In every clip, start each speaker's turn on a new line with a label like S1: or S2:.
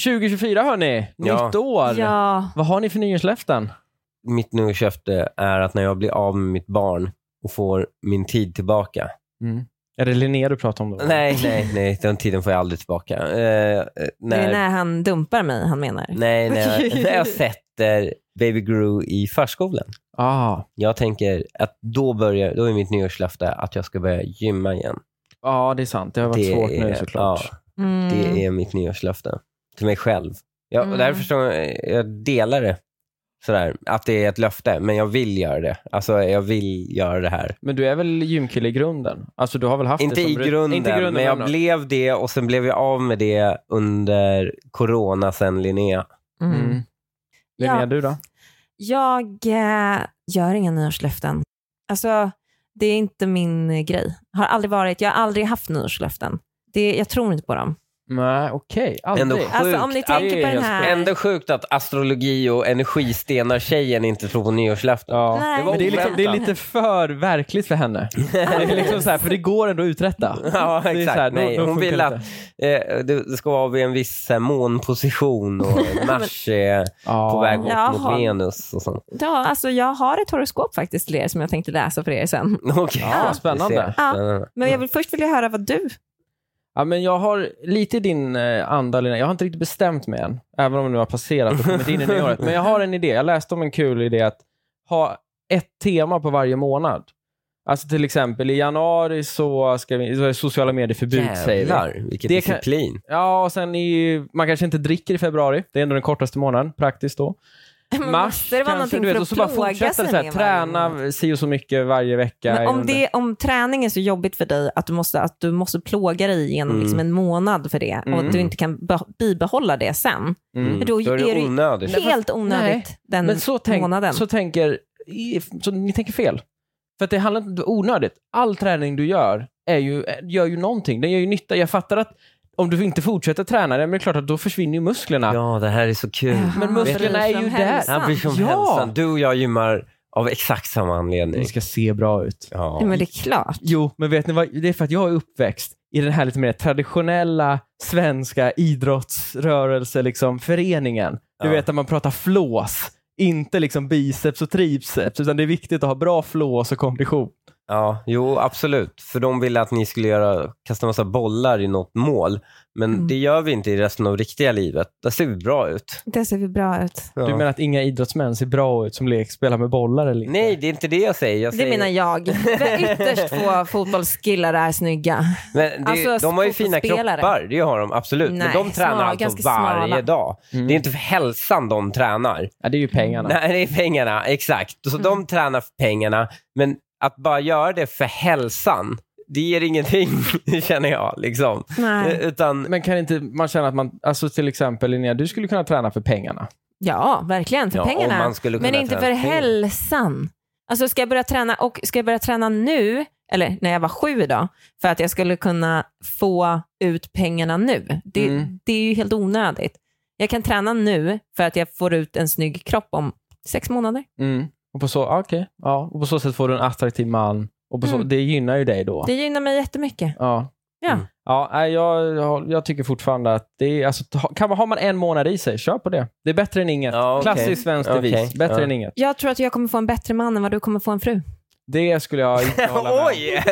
S1: 2024 hörni,
S2: Ja.
S1: nytt år.
S3: Ja.
S1: Vad har ni för nyårslöften?
S2: Mitt nyårslöfte är att när jag blir av med mitt barn och får min tid tillbaka.
S1: Mm. Är det Linnea du pratar om då?
S2: Nej, nej, nej. Den tiden får jag aldrig tillbaka. Eh, eh,
S3: Det är
S2: när,
S3: när han dumpar mig han menar.
S1: Mm.
S2: nej, när, när jag sätter Baby Gru i förskolan.
S1: Ah.
S2: Jag tänker att då, börjar, då är mitt nyårslöfte att jag ska börja gymma igen.
S1: Ja, det är sant. Det har varit
S2: Det
S1: svårt
S2: är-
S1: nu såklart.
S2: ja.
S3: Mm.
S2: Det är mitt nyårslöfte till mig själv. Jag, och
S3: Mm.
S2: därför så, jag delar det. Sådär, att det är ett löfte, men jag vill göra det. Alltså, jag vill göra det här.
S1: Men du är väl gymkille i grunden? Alltså du har väl haft
S2: Inte
S1: det som
S2: i,
S1: brut-
S2: grunden,
S1: Inte i grunden,
S2: men jag blev det och sen blev jag av med det under corona sen Linnea.
S3: Mm.
S1: Mm. Linnea,
S3: Ja.
S1: du då?
S3: Jag eh, gör inga nyårslöften. Alltså, det är inte min eh, grej. Har aldrig varit. Jag har aldrig haft nyårslöften. Det, jag tror inte på dem.
S1: Nej, okej. Aldrig.
S2: Ändå
S3: Alltså, om ni
S2: Sjukt.
S3: tänker på den här...
S2: Ändå sjukt att astrologi och energistenar-tjejen inte tror på nyårslöften.
S1: Ja.
S3: Nej.
S1: Men det är, liksom, det är lite för verkligt för henne. Det är liksom så här, för det går ändå att uträtta.
S2: Ja,
S1: Det är
S2: exakt.
S1: så här, då-
S2: Nej,
S1: då
S2: hon
S1: funkar
S2: vill
S1: det
S2: att
S1: inte.
S2: eh, det ska vara vid en viss eh, månposition och Mars är
S1: Ja.
S2: på väg
S3: Ja.
S2: upp mot
S3: Jaha.
S2: Venus och sånt.
S3: Ja, alltså jag har ett horoskop faktiskt till er som jag tänkte läsa för er sen.
S2: Okej.
S1: Ja, spännande.
S2: Vi ser.
S3: Ja.
S2: Spännande.
S3: Men
S1: Mm.
S3: jag vill först vilja höra vad du...
S1: Ja, men jag har lite i din eh, anda, Lina. Jag har inte riktigt bestämt mig än, även om det nu har passerat och kommit in i nyåret. Men jag har en idé. Jag läste om en kul idé att ha ett tema på varje månad. Alltså till exempel i januari så ska vi, så är det sociala medier-förbud säger vi.
S2: Jävlar, vilken
S1: Det kan-
S2: disciplin.
S1: Ja, och sen i, man kanske inte dricker i februari. Det är ändå den kortaste månaden, praktiskt då.
S3: Men
S1: Mars
S3: måste det vara
S1: kanske,
S3: någonting
S1: du vet.
S3: för
S1: Och
S3: att
S1: så bara
S3: plåga
S1: fortsätter det
S3: sig
S1: så här,
S3: med varje månad?
S1: träna si och så mycket varje vecka.
S3: Men om,
S1: Eller-
S3: det, om träning är så jobbigt för dig att du måste, att du måste plåga dig genom
S2: Mm.
S3: liksom en månad för det och
S1: Mm.
S3: att du inte kan be- bibehålla det sen,
S1: Mm.
S3: då
S2: är
S3: är
S2: det
S3: det ju
S2: onödigt.
S3: helt onödigt den
S1: Men så, tänk,
S3: månaden.
S1: så tänker i- så ni tänker fel. För att det handlar inte onödigt. All träning du gör är ju, gör ju någonting. Den gör ju nytta. Jag fattar att om du inte fortsätter träna, men det är klart att då försvinner ju musklerna.
S2: Ja, det här är så kul.
S3: Jaha,
S1: Men musklerna är
S3: bryr sig
S1: ju
S3: om
S1: där.
S3: hälsan.
S2: Han bryr sig om
S1: Ja.
S2: hälsan. Du och jag gymmar av exakt samma
S1: Ni
S2: anledning.
S1: ska se bra ut.
S2: Ja.
S3: Ja, men det är klart.
S1: Jo, men vet ni vad? Det är för att jag är uppväxt i den här lite mer traditionella svenska idrottsrörelse, liksom föreningen. Du
S2: Ja.
S1: vet att man pratar flås, inte liksom biceps och triceps, utan det är viktigt att ha bra flås och kondition.
S2: Ja, jo, absolut. För de ville att ni skulle göra, kasta massa bollar i något mål. Men
S3: Mm.
S2: det gör vi inte i resten av riktiga livet. Där ser vi bra ut.
S3: Det ser vi bra ut.
S2: Ja.
S1: Du menar att inga idrottsmän ser bra ut som lekspelar med bollar eller inte?
S2: Nej, det är inte det jag säger. Jag
S3: Det
S2: säger...
S3: menar jag. Men Ytterst få fotbollskillar är snygga.
S2: Men det,
S3: Alltså,
S2: de har ju fina
S3: fotbollsspelare.
S2: kroppar, det har de absolut. Men
S3: Nej,
S2: de tränar
S3: smala,
S2: alltså
S3: ganska
S2: varje
S3: smala.
S2: dag.
S1: Mm.
S2: Det är inte för hälsan de tränar.
S1: Ja, det är ju pengarna.
S2: Nej, det är pengarna. Exakt. Så
S3: Mm.
S2: de tränar för pengarna. Men att bara göra det för hälsan, det ger ingenting, känner jag. Liksom.
S3: Nej.
S2: Eh, Utan,
S1: Men kan inte man känna att man, alltså till exempel Linnea, du skulle kunna träna för pengarna.
S3: Ja, verkligen. För
S2: Ja, om
S3: pengarna.
S2: man skulle kunna
S3: Men inte
S2: träna
S3: för
S2: pengar.
S3: hälsan. Alltså ska jag börja träna och ska jag börja träna nu, eller när jag var sju då, för att jag skulle kunna få ut pengarna nu. Det,
S1: Mm.
S3: det är ju helt onödigt. Jag kan träna nu för att jag får ut en snygg kropp om sex månader.
S2: Mm.
S1: Och, på så, ah, okej. ja. och på så sätt får du en attraktiv man. Och på så,
S3: Mm.
S1: Det gynnar ju dig då.
S3: Det gynnar mig jättemycket.
S1: Ja.
S3: Ja.
S2: Mm.
S1: Ja, nej, jag, jag, jag tycker fortfarande att det är, alltså, ta- kan man, har man en månad i sig, kör på det. Det är bättre än inget.
S2: Ja, okej.
S1: Klassisk svensk devis.
S2: Okej,
S1: Bättre
S2: ja.
S1: än inget.
S3: Jag tror att jag kommer få en bättre man än vad du kommer få en fru.
S1: Det skulle jag inte hålla med om.
S2: oj!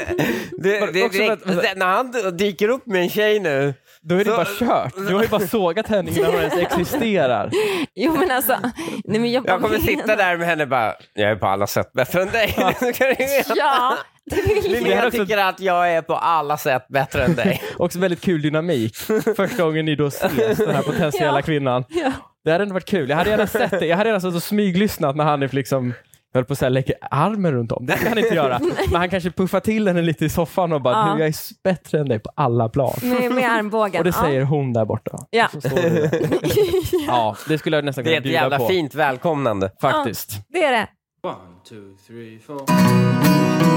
S2: Det, det,
S1: Var-
S2: det,
S1: också för att-
S2: när han d- dyker upp med en tjej nu.
S1: Då är det
S2: Så-
S1: bara kört. Du har ju bara sågat henne innan hon ens existerar.
S3: Jo men alltså, nej, men jag,
S2: Jag kommer sitta
S3: menar-
S2: där med henne och bara, jag är på alla sätt bättre än dig.
S3: Ja, det vill
S1: Det
S3: jag.
S1: här är
S2: Jag
S1: också-
S2: tycker att jag är på alla sätt bättre än dig.
S1: Också väldigt kul dynamik. Första gången ni då ses, den här potentiella
S3: Ja.
S1: kvinnan.
S3: Ja.
S1: Det hade ändå varit kul. Jag hade gärna sett det. Jag hade gärna suttit och smyglyssnat när Hanif liksom jag höll på att säga lägga armen runt om. Det kan han inte göra. Men han kanske puffar till henne lite i soffan och bara
S3: Ja.
S1: du, jag är s- bättre än dig på alla plan.
S3: Med, med armbågen.
S1: Och det
S3: ja.
S1: säger hon där borta.
S3: Ja.
S1: Så står du där. ja, det skulle jag nästan
S2: Det är
S1: kunna
S2: ett
S1: bjuda
S2: jävla
S1: på.
S2: fint välkomnande.
S1: Faktiskt.
S3: Det är det.
S4: One, two, three, four.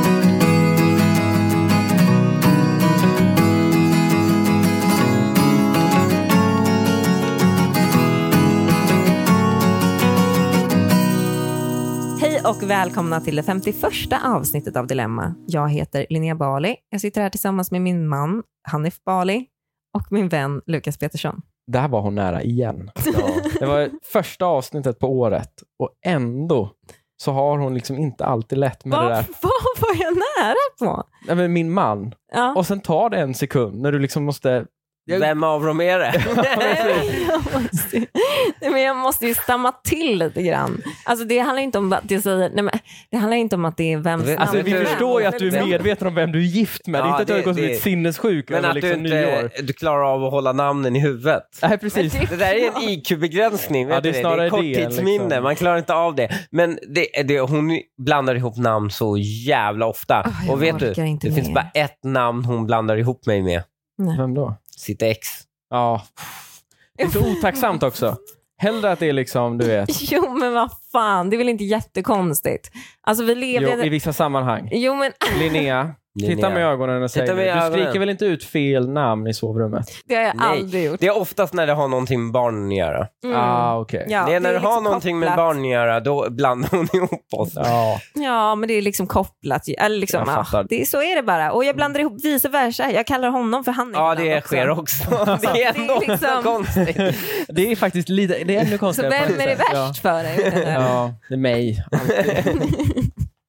S3: Hej och välkomna till det 51 avsnittet av Dilemma. Jag heter Linnea Bali. Jag sitter här tillsammans med min man Hanif Bali och min vän Lukas Petersson.
S1: där var hon nära igen.
S2: Ja.
S1: Det var första avsnittet på året och ändå så har hon liksom inte alltid lätt med det
S3: Vad
S1: där.
S3: vad var jag nära på?
S1: Nej, men min man.
S3: Ja.
S1: Och sen tar det en sekund när du liksom måste... Jag-
S2: Vem av dem är det?
S3: Nej, jag måste, nej, men jag måste ju stamma till lite grann. Alltså, det handlar ju inte om att jag säger, nej, men det handlar ju inte om att det är vem som
S1: Alltså,
S2: Ja,
S1: vi
S2: men-
S1: förstår ju att du är
S2: men-
S1: medveten om vem du är gift med. Det är
S2: Ja,
S1: inte att du har
S2: det-
S1: gått som
S2: det-
S1: ett sinnessjuk
S2: Men
S1: över
S2: att du
S1: liksom
S2: inte
S1: nyår.
S2: du klarar av att hålla namnen i huvudet.
S1: Nej, precis.
S3: Men
S2: Det där är en IQ-begränsning. vet
S1: Ja, det är
S2: du det
S1: snarare
S2: är
S1: det,
S2: korttidsminne,
S1: liksom.
S2: man klarar inte av det. Men det, det, hon blandar ihop namn så jävla ofta.
S3: Ah, jag
S2: Och vet du,
S3: orkar inte
S2: det
S3: mer.
S2: finns bara ett namn hon blandar ihop mig med.
S1: Vem då?
S2: Sitt ex.
S1: Ja. Det är så otacksamt också. Hellre att det är liksom, du vet,
S3: Jo, men vad fan, det är väl inte jättekonstigt? Alltså, vi
S1: jo,
S3: lever...
S1: i vissa sammanhang.
S3: Jo, men
S1: Linnea, titta
S2: Linnea.
S1: mig i ögonen och säg
S2: Titta mig i
S1: det. Du
S2: ögonen.
S1: skriker väl inte ut fel namn i sovrummet?
S3: det har jag
S2: Nej.
S3: aldrig gjort.
S2: Det är oftast när det har någonting med barnen att göra.
S3: Mm.
S1: Ah, okej.
S3: Ja,
S2: det är när det, har
S3: liksom
S2: någonting med
S3: kopplat.
S2: barnen att göra, då blandar hon ihop oss.
S1: Ja.
S3: Ja, men det är liksom kopplat. ju. Eller liksom,
S1: Jag fattar.
S3: ah, det, är- så är det bara. Och jag blandar ihop vice versa. Jag kallar honom för han är
S2: Ja,
S3: ibland
S2: det
S3: också.
S2: sker också. Det är
S3: det är
S2: ändå
S3: liksom-
S2: konstigt.
S1: Det är faktiskt lite, det är ännu
S3: Så
S1: konstigare. på
S3: vem
S1: ett
S3: är det
S1: sätt.
S3: värst för? Jag vet inte.
S1: Ja. ja, det är mig.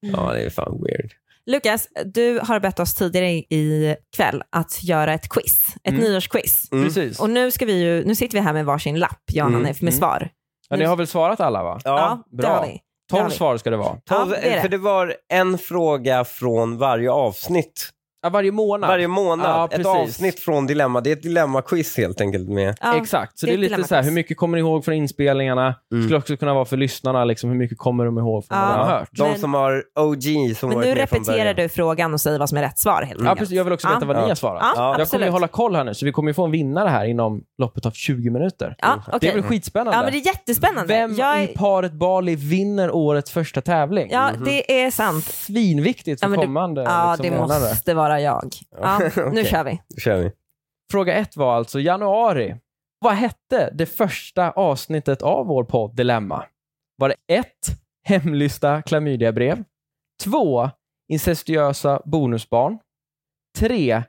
S2: Ja, det är fan weird.
S3: Lukas, du har bett oss tidigare i- i kväll att göra ett quiz, ett
S1: Mm.
S3: nyårsquiz.
S2: Mm.
S1: Precis.
S3: Och nu, ska vi ju, nu sitter vi här med varsin lapp, jag och
S2: Mm.
S3: Hanif, med
S1: Mm.
S3: svar.
S1: Ja, ni har väl svarat alla va?
S2: Ja,
S3: det
S1: bra.
S3: har vi. det har
S1: Tolv
S3: vi.
S1: svar ska det vara.
S3: Ja,
S2: tolv-
S3: det är det.
S2: För det var en fråga från varje avsnitt.
S1: Ja, varje månad.
S2: Varje
S1: Ja,
S2: månad. ett
S1: precis.
S2: avsnitt från Dilemma. Det är ett dilemma-quiz helt enkelt. med.
S3: Ja,
S1: Exakt, så
S3: det
S1: det
S3: är
S1: är,
S3: ett
S1: lite så här, hur mycket kommer ni ihåg från inspelningarna?
S2: Mm.
S1: Skulle också kunna vara för lyssnarna, liksom, hur mycket kommer de ihåg från
S3: Ja.
S1: vad de har hört?
S2: De
S3: Men-
S2: som har OG som
S3: Men
S2: varit
S3: nu
S2: med från
S3: repeterar
S2: början.
S3: du frågan och säger vad som är rätt svar helt
S1: Ja,
S3: enkelt.
S1: precis, jag vill också veta
S3: Ja.
S1: vad ni
S2: Mm. Ja.
S1: har svarat.
S3: Ja,
S2: Ja.
S1: Jag kommer ju
S3: absolut.
S1: hålla koll här nu, så vi kommer ju få en vinnare här inom loppet av 20 minuter.
S3: Ja,
S1: Det
S3: okej.
S1: är väl skitspännande?
S3: ja, men det är jättespännande.
S1: Vem
S3: jag,
S1: i paret Bali vinner årets första tävling?
S3: ja, det är sant.
S1: Svinviktigt
S3: Ja,
S1: för
S3: men du-
S1: kommande
S3: Ja,
S1: liksom,
S3: det
S1: månader.
S3: måste vara jag. Ja, Nu
S2: Okej.
S3: kör vi.
S2: Då kör
S3: Mm,
S2: vi.
S1: Fråga ett var alltså januari. Vad hette det första avsnittet av vår podd Dilemma? Var det ett Hemlysta klamydiabrev? två Incestuösa bonusbarn? tre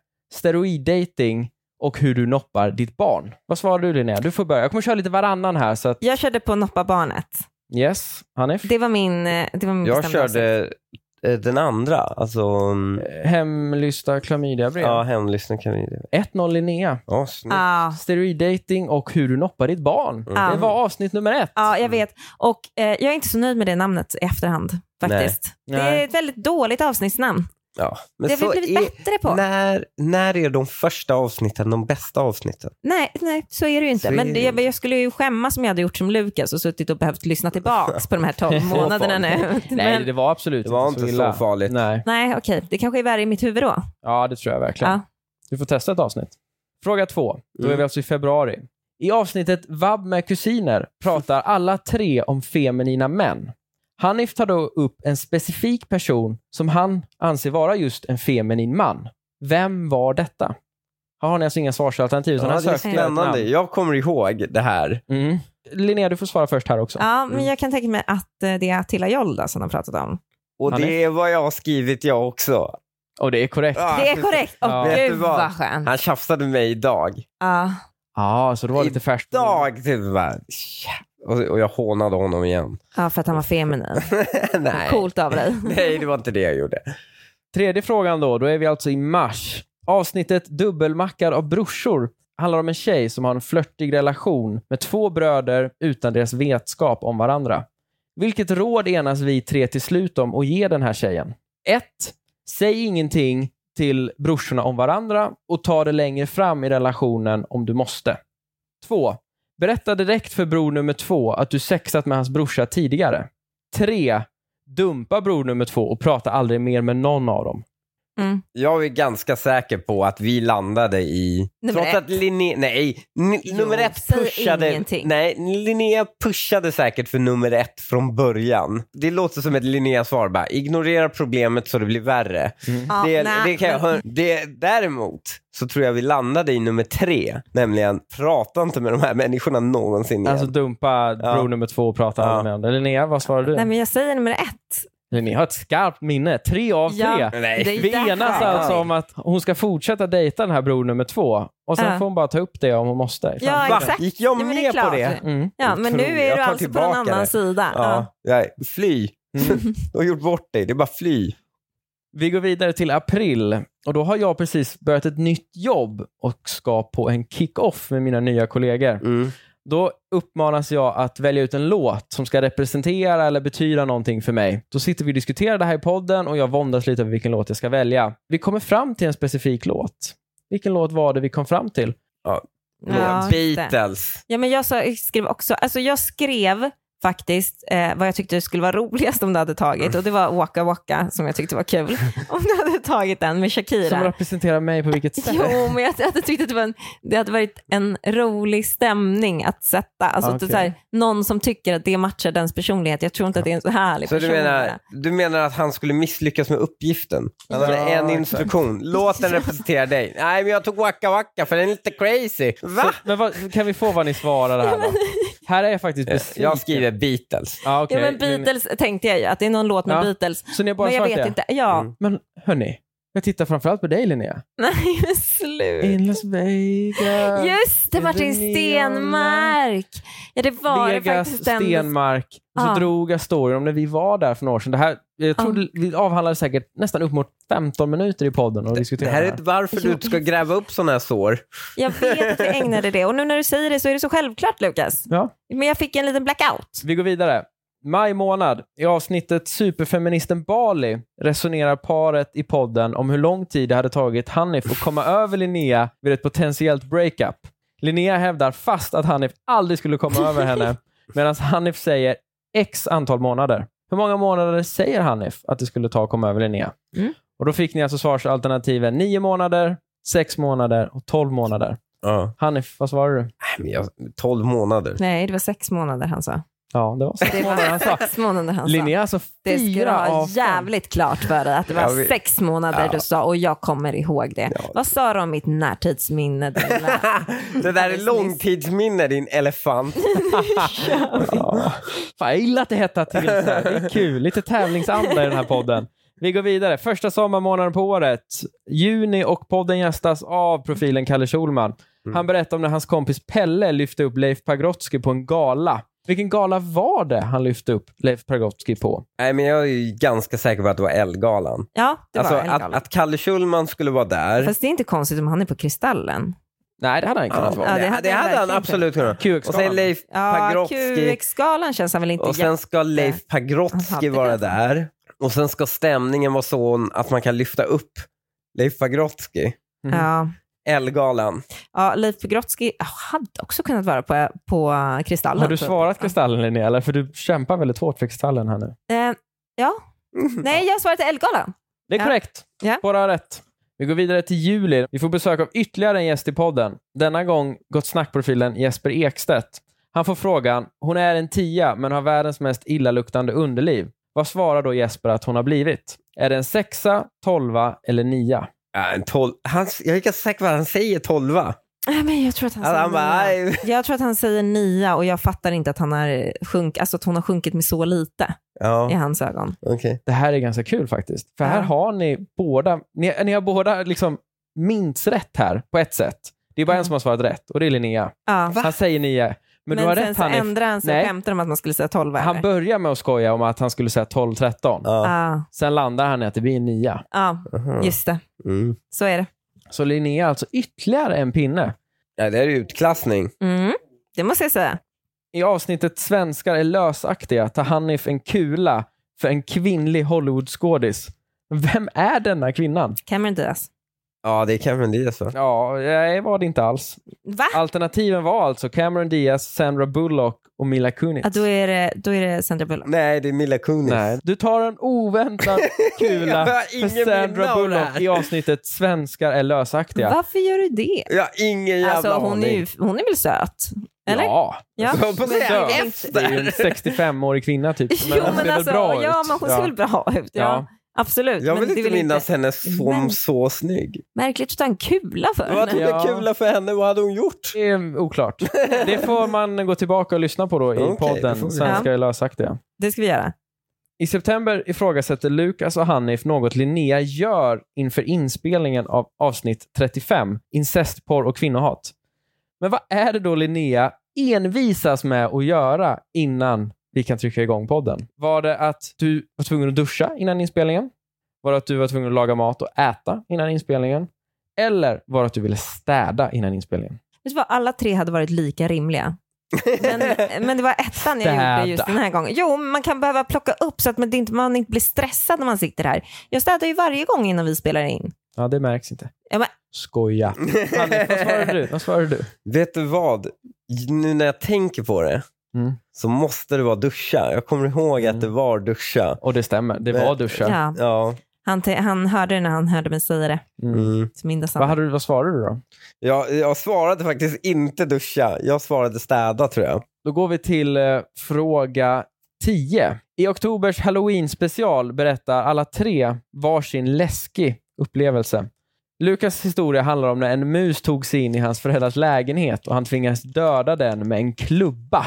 S1: Steroiddating och hur du noppar ditt barn. Vad svarar du Linnea? Du får börja. Jag kommer köra lite varannan här så att
S3: Jag körde på Noppa barnet.
S1: yes, Hanif.
S3: Det var min, eh, det var min
S2: Jag
S3: bestämda åsikt.
S2: körde eh, den andra. Alltså, mm,
S1: Hemlysta klamydiabrev.
S2: ja, hemlyssna kan vi...
S1: 1-0 Linnea.
S2: Ja, snyggt.
S3: Ja,
S1: Steroiddating och hur du noppar ditt barn.
S3: Ja.
S1: Det var avsnitt nummer ett.
S3: ja, jag
S2: Mm.
S3: vet. Och eh, jag är inte så nöjd med det namnet i efterhand faktiskt.
S1: Nej.
S3: Det
S1: Nej.
S3: är ett väldigt dåligt avsnittsnamn.
S2: Ja. Men
S3: Det har vi
S2: så
S3: blivit
S2: är-
S3: bättre på. Nej.
S2: När, när är de första avsnitten de bästa avsnitten?
S3: nej, så är det ju
S2: Så
S3: inte.
S2: är
S3: Men
S2: det
S3: det,
S2: ju
S3: jag, jag skulle ju skämmas om jag hade gjort som Lukas och suttit och behövt lyssna tillbaks på de här tolv månaderna nu.
S1: Nej,
S3: Men,
S1: det var absolut
S2: Det var inte så
S1: illa.
S2: farligt.
S1: Nej.
S3: nej, okej. Det kanske är värre i mitt huvud då.
S1: Ja, det tror jag verkligen.
S3: Ja.
S1: Du får testa ett avsnitt. Fråga två. Då är
S2: Mm.
S1: vi alltså i februari. I avsnittet Vab med kusiner pratar alla tre om feminina män. Hanif tar då upp en specifik person som han anser vara just en feminin man. Vem var detta? Här har ni alltså inga svarsalternativ. utan
S2: Ja,
S1: han
S2: det är
S1: sökte ett namn.
S2: spännande. Jag kommer ihåg det här.
S1: Mm. Linnea, du får svara först här också.
S3: Ja,
S2: Mm.
S3: men jag kan tänka mig att eh, det är Attila Jolda som har pratat om.
S2: Och
S1: Han är-
S2: det är vad jag har skrivit jag också.
S1: Och det är korrekt.
S2: Ah,
S3: Det är
S2: fy-
S3: korrekt. Åh
S1: Ja.
S2: Vet du
S3: gud
S2: vad?
S3: vad skönt.
S2: Han tjafsade med mig idag.
S3: Ja.
S1: Ja, så det var lite färskt.
S2: Dag! Typ bara, "Tja." och, och jag hånade honom igen.
S3: ja, för att han var feminin.
S2: Nej.
S3: Coolt av dig.
S2: Nej, det var inte det jag gjorde.
S1: Tredje frågan då, då är vi alltså i mars. Avsnittet Dubbelmackar av brorsor handlar om en tjej som har en flörtig relation med två bröder utan deras vetskap om varandra. Vilket råd enas vi tre till slut om att ge den här tjejen? 1. Säg ingenting till brorsorna om varandra och ta det längre fram i relationen om du måste. 2. Berätta direkt för bror nummer två att du sexat med hans brorsa tidigare. 3. Dumpa bror nummer två och prata aldrig mer med någon av dem.
S3: Mm.
S2: Jag är ganska säker på att vi landade i...
S3: Nummer
S2: trots
S3: ett.
S2: att Linnea... Nej, n-
S3: Jo,
S2: nummer ett
S3: säg
S2: pushade...
S3: ingenting.
S2: Nej, Linnea pushade säkert för nummer ett från början. Det låter som ett Linnea-svar bara. Ignorera problemet så det blir värre.
S3: Ja,
S2: det,
S3: nej,
S2: det kan jag,
S3: men-
S2: det, däremot så tror jag vi landade i nummer tre, nämligen prata inte med de här människorna någonsin igen.
S1: Alltså dumpa
S2: Ja.
S1: bror nummer två och prata
S2: Ja.
S1: aldrig med honom. Linnea, vad svarar du?
S3: Nej, men jag säger nummer ett.
S1: Men Ni har ett skarpt minne. Tre av tre.
S3: Ja.
S2: Nej.
S3: Det är
S1: Vi
S3: därför.
S1: enas alltså om att hon ska fortsätta dejta den här bror nummer två och sen
S3: Ja.
S1: får hon bara ta upp det om hon måste. i
S3: Ja,
S1: framtiden.
S3: exakt.
S2: Gick jag
S3: Ja, men det
S2: med
S3: är
S2: på
S3: klart.
S2: det?
S1: Mm.
S3: Ja, men nu
S2: Otroligt. Jag
S3: är du
S2: tar
S3: alltså på någon
S2: tillbaka
S3: annan
S2: det.
S3: sida.
S2: Ja. Nej, fly.
S1: Mm.
S2: Du har gjort bort dig. Det är bara fly.
S1: Vi går vidare till april och då har jag precis börjat ett nytt jobb och ska på en kick-off med mina nya kollegor.
S2: Mm.
S1: Då uppmanas jag att välja ut en låt som ska representera eller betyda någonting för mig. Då sitter vi och diskuterar det här i podden och jag våndas lite över vilken låt jag ska välja. Vi kommer fram till en specifik låt. Vilken låt var det vi kom fram till?
S3: Ja, just det.
S2: Beatles.
S3: Ja, men jag sa, jag skrev också, alltså jag skrev faktiskt eh, vad jag tyckte skulle vara roligast om du hade tagit och det var Waka Waka som jag tyckte var kul. om du hade tagit den med Shakira.
S1: Som representerar mig på vilket sätt?
S3: Jo, men jag hade tyckt att det, var en, det hade varit en rolig stämning att sätta. Alltså att det är
S1: Okej.
S3: så här, någon som tycker att det matchar dens personlighet. Jag tror inte att det är en så härlig
S2: Så du
S3: person.
S2: menar, du menar att han skulle misslyckas med uppgiften? Han hade
S1: Ja,
S2: en
S1: exakt.
S2: instruktion. Låt den representera dig. Nej, men jag tog Waka Waka för den är lite crazy. Va?
S1: Men vad, kan vi få vad ni svarar här då? Här är jag faktiskt
S2: Eh,
S1: besviken.
S2: Jag skriver Beatles.
S1: Ja,
S3: Ja,
S1: okej.
S3: men Beatles tänkte jag ju, att det är någon låt med
S1: Ja,
S3: Beatles.
S1: Så ni har bara
S3: Men jag
S1: svarat
S3: vet
S1: det?
S3: inte. Ja,
S2: Mm.
S1: Men hörni, jag tittar framförallt på dig Linnea.
S3: nej men slut.
S1: In Las Vegas.
S3: Just det,
S1: In
S3: Martin
S1: the neon
S3: Stenmark. Ja, det var det
S1: Vegas,
S3: faktiskt den.
S1: Stenmark. Och så
S3: Ja.
S1: drog jag storyn om när vi var där för några år sedan. Det här, jag
S3: Ja.
S1: tror vi avhandlade säkert nästan upp mot 15 minuter i podden och
S2: Det
S1: diskuterade
S2: här är ett varför du inte ska gräva upp sådana här sår.
S3: Jag vet att vi ägnade det och nu när du säger det så är det så självklart Lukas.
S1: Ja.
S3: Men jag fick en liten blackout.
S1: Vi går vidare. Maj månad. I avsnittet Superfeministen Bali resonerar paret i podden om hur lång tid det hade tagit Hanif att komma över Linnea vid ett potentiellt breakup. Linnea hävdar fast att Hanif aldrig skulle komma över henne medan Hanif säger x antal månader. Hur många månader säger Hanif att det skulle ta att komma över Linnea?
S3: Mm.
S1: Och då fick ni alltså svarsalternativen 9 månader, 6 månader och 12 månader.
S2: Ja.
S1: Hanif, vad svarar du?
S2: Nej, men jag, 12 månader.
S3: Nej, det var sex månader han sa.
S1: Ja, det var så.
S3: Det var sex månader han sa.
S1: Linnea alltså
S3: Det skulle du
S1: fyra
S3: ha
S1: av fem.
S3: jävligt klart för dig att det var
S2: Ja, vi-
S3: sex månader
S2: Ja.
S3: du sa och jag kommer ihåg det.
S2: Ja.
S3: Vad sa du om mitt närtidsminne? din lilla-
S2: Det där är långtidsminne din elefant.
S1: Ja. Fan, jag gillar att det hettar till så här. Det är kul. Lite tävlingsanda i den här podden. Vi går vidare. Första sommarmånaden på året. Juni och podden gästas av profilen Kalle Schulman.
S2: Mm.
S1: Han berättar om när hans kompis Pelle lyfte upp Leif Pagrotsky på en gala. Vilken gala var det han lyfte upp Leif Pagrotsky på?
S2: Nej, men jag är ju ganska säker på att det var Elgalan.
S3: Ja, det
S2: Alltså
S3: var
S2: att,
S3: helgalet.
S2: att Kalle Schulman skulle vara där.
S3: Fast det är inte konstigt om han är på Kristallen.
S1: Nej, det hade han kunnat
S2: ja,
S1: vara.
S3: Ja,
S2: det, alltså
S3: det
S2: det,
S3: hade han
S2: hade han
S3: verkligen
S2: absolut kunnat. Och sen
S1: QX-galan.
S2: Leif
S3: Ja,
S2: Pagrotsky.
S3: QX-galan känns han väl inte
S2: Och sen ska Leif
S3: Aha,
S2: Pagrotsky
S3: det
S2: vara
S3: vet jag.
S2: där. Och sen ska stämningen vara sån att man kan lyfta upp Leif Pagrotsky.
S3: jätte- Ja.
S2: Elgalan.
S3: Ja, Leif Pagrotsky hade också kunnat vara på, på Kristallen.
S1: Har du
S3: tror jag.
S1: svarat Kristallen, Linnea? Eller? För du kämpar väldigt hårt för Kristallen här nu.
S3: Eh, ja. Nej, jag svarade Elgalan.
S1: Det är
S3: Ja.
S1: korrekt.
S3: Ja.
S1: Bara rätt. Vi går vidare till juli. Vi får besök av ytterligare en gäst i podden. Denna gång Gott Snack-profilen Jesper Ekstedt. Han får frågan, hon är en tia men har världens mest illaluktande underliv. Vad svarar då Jesper att hon har blivit? Är det en sexa, tolva eller nia?
S2: Ja, en tol- han, jag är inte säker på att han säger tolva.
S3: Nej, men jag tror att han
S2: Han,
S3: säger
S2: han bara,
S3: nia.
S2: "Aj."
S3: Jag tror att han säger nia och jag fattar inte att, han har sjunk- alltså att hon har sjunkit med så lite i
S2: ja,
S3: hans ögon.
S2: okej.
S1: Det här är ganska kul faktiskt. För här
S3: Ja.
S1: har ni båda, ni, ni har båda liksom minst rätt här på ett sätt. Det är bara
S3: Mm.
S1: en som har svarat rätt och det är Linnea.
S3: Ja.
S1: Han säger nia. Men, du har
S3: sen
S1: rätt
S3: så
S1: Hanif.
S3: ändrade han sig
S1: Nej.
S3: och skämtade om att man skulle säga 12
S1: Han
S3: eller?
S1: börjar med att skoja om att han skulle säga 12-13.
S2: Ja.
S3: Ja,
S1: Sen landar han i att det blir en nia.
S3: ja,
S2: Aha.
S3: just det.
S2: Mm.
S3: Så är det.
S1: Så Linnea alltså ytterligare en pinne.
S2: Ja, det är utklassning.
S3: Mm. Det måste jag säga.
S1: I avsnittet Svenskar är lösaktiga tar Hanif en kula för en kvinnlig Hollywoodskådis. Vem är denna kvinnan?
S3: Cameron Diaz.
S2: Ja, det kan väl det så.
S1: Ja, det var det inte alls.
S3: Va?
S1: Alternativen var alltså Cameron Diaz, Sandra Bullock och Mila Kunis.
S3: Ja, då, är det, då är det Sandra Bullock.
S2: Nej, det är Mila Kunis.
S1: Nej, du tar en oväntad
S2: Jag
S1: kula
S2: har
S1: för
S2: ingen minne
S1: Sandra
S2: av det
S1: Bullock
S2: här.
S1: i avsnittet Svenskar är lösaktiga.
S3: Varför gör du det?
S2: Jag har ingen jävla
S3: Alltså, hon, är
S2: aning.
S3: ju, hon är väl söt? Eller?
S1: Ja,
S3: Ja.
S2: Jag höll på att säga,
S1: Död.
S2: jag
S1: det är ju en 65-årig kvinna typ.
S3: Jo,
S1: hon ser
S3: men
S1: väl
S3: alltså,
S1: bra
S3: ja,
S1: ut.
S3: men hon ser väl bra ut. Ja,
S1: Ja.
S3: Absolut.
S2: Jag
S3: men
S2: vill
S3: det är
S2: inte
S3: väl
S2: minnas henne som
S3: Men-
S2: så snygg.
S3: Märkligt att ta en kula för
S2: Vad
S3: henne.
S2: hade
S1: Ja.
S2: ja. kul för henne? Vad hade hon gjort?
S1: Det är oklart. Det får man gå tillbaka och lyssna på då i
S2: Okej, det får
S1: podden
S2: vi.
S1: Svenskar är lösaktiga.
S3: Det ska vi göra.
S1: I september ifrågasätter Lukas och Hanif något Linnea gör inför inspelningen av avsnitt 35, incestporr och kvinnohat. Men vad är det då Linnea envisas med att göra innan vi kan trycka igång podden? Var det att du var tvungen att duscha innan inspelningen? Var det att du var tvungen att laga mat och äta innan inspelningen? Eller var det att du ville städa innan inspelningen?
S3: Vet du vad, alla tre hade varit lika rimliga. Men, men det var ettan jag
S1: Städa.
S3: gjorde just den här gången. Jo, man kan behöva plocka upp så att man det inte, man inte blir stressad när man sitter här. Jag städar ju varje gång innan vi spelar in.
S1: Ja, det märks inte.
S3: Ja, men-
S1: Skoja. Hanif, vad svarade du? Vad svarade du?
S2: Vet du vad? Nu när jag tänker på det
S1: Mm.
S2: så måste det vara duscha. Jag kommer ihåg att det var duscha.
S1: Och det stämmer, det var duscha.
S3: Ja,
S2: Ja.
S3: han, te- han hörde det när han hörde mig säga det.
S1: Mm.
S2: Mm.
S3: Så mindes
S1: Vad,
S3: han.
S1: hade du, vad svarade du då?
S2: Jag, jag svarade faktiskt inte duscha. Jag svarade städa tror jag.
S1: Då går vi till eh, fråga 10. I oktobers halloween-special berättar alla tre varsin läskig upplevelse. Lukas historia handlar om när en mus tog sig in i hans föräldrars lägenhet och han tvingades döda den med en klubba.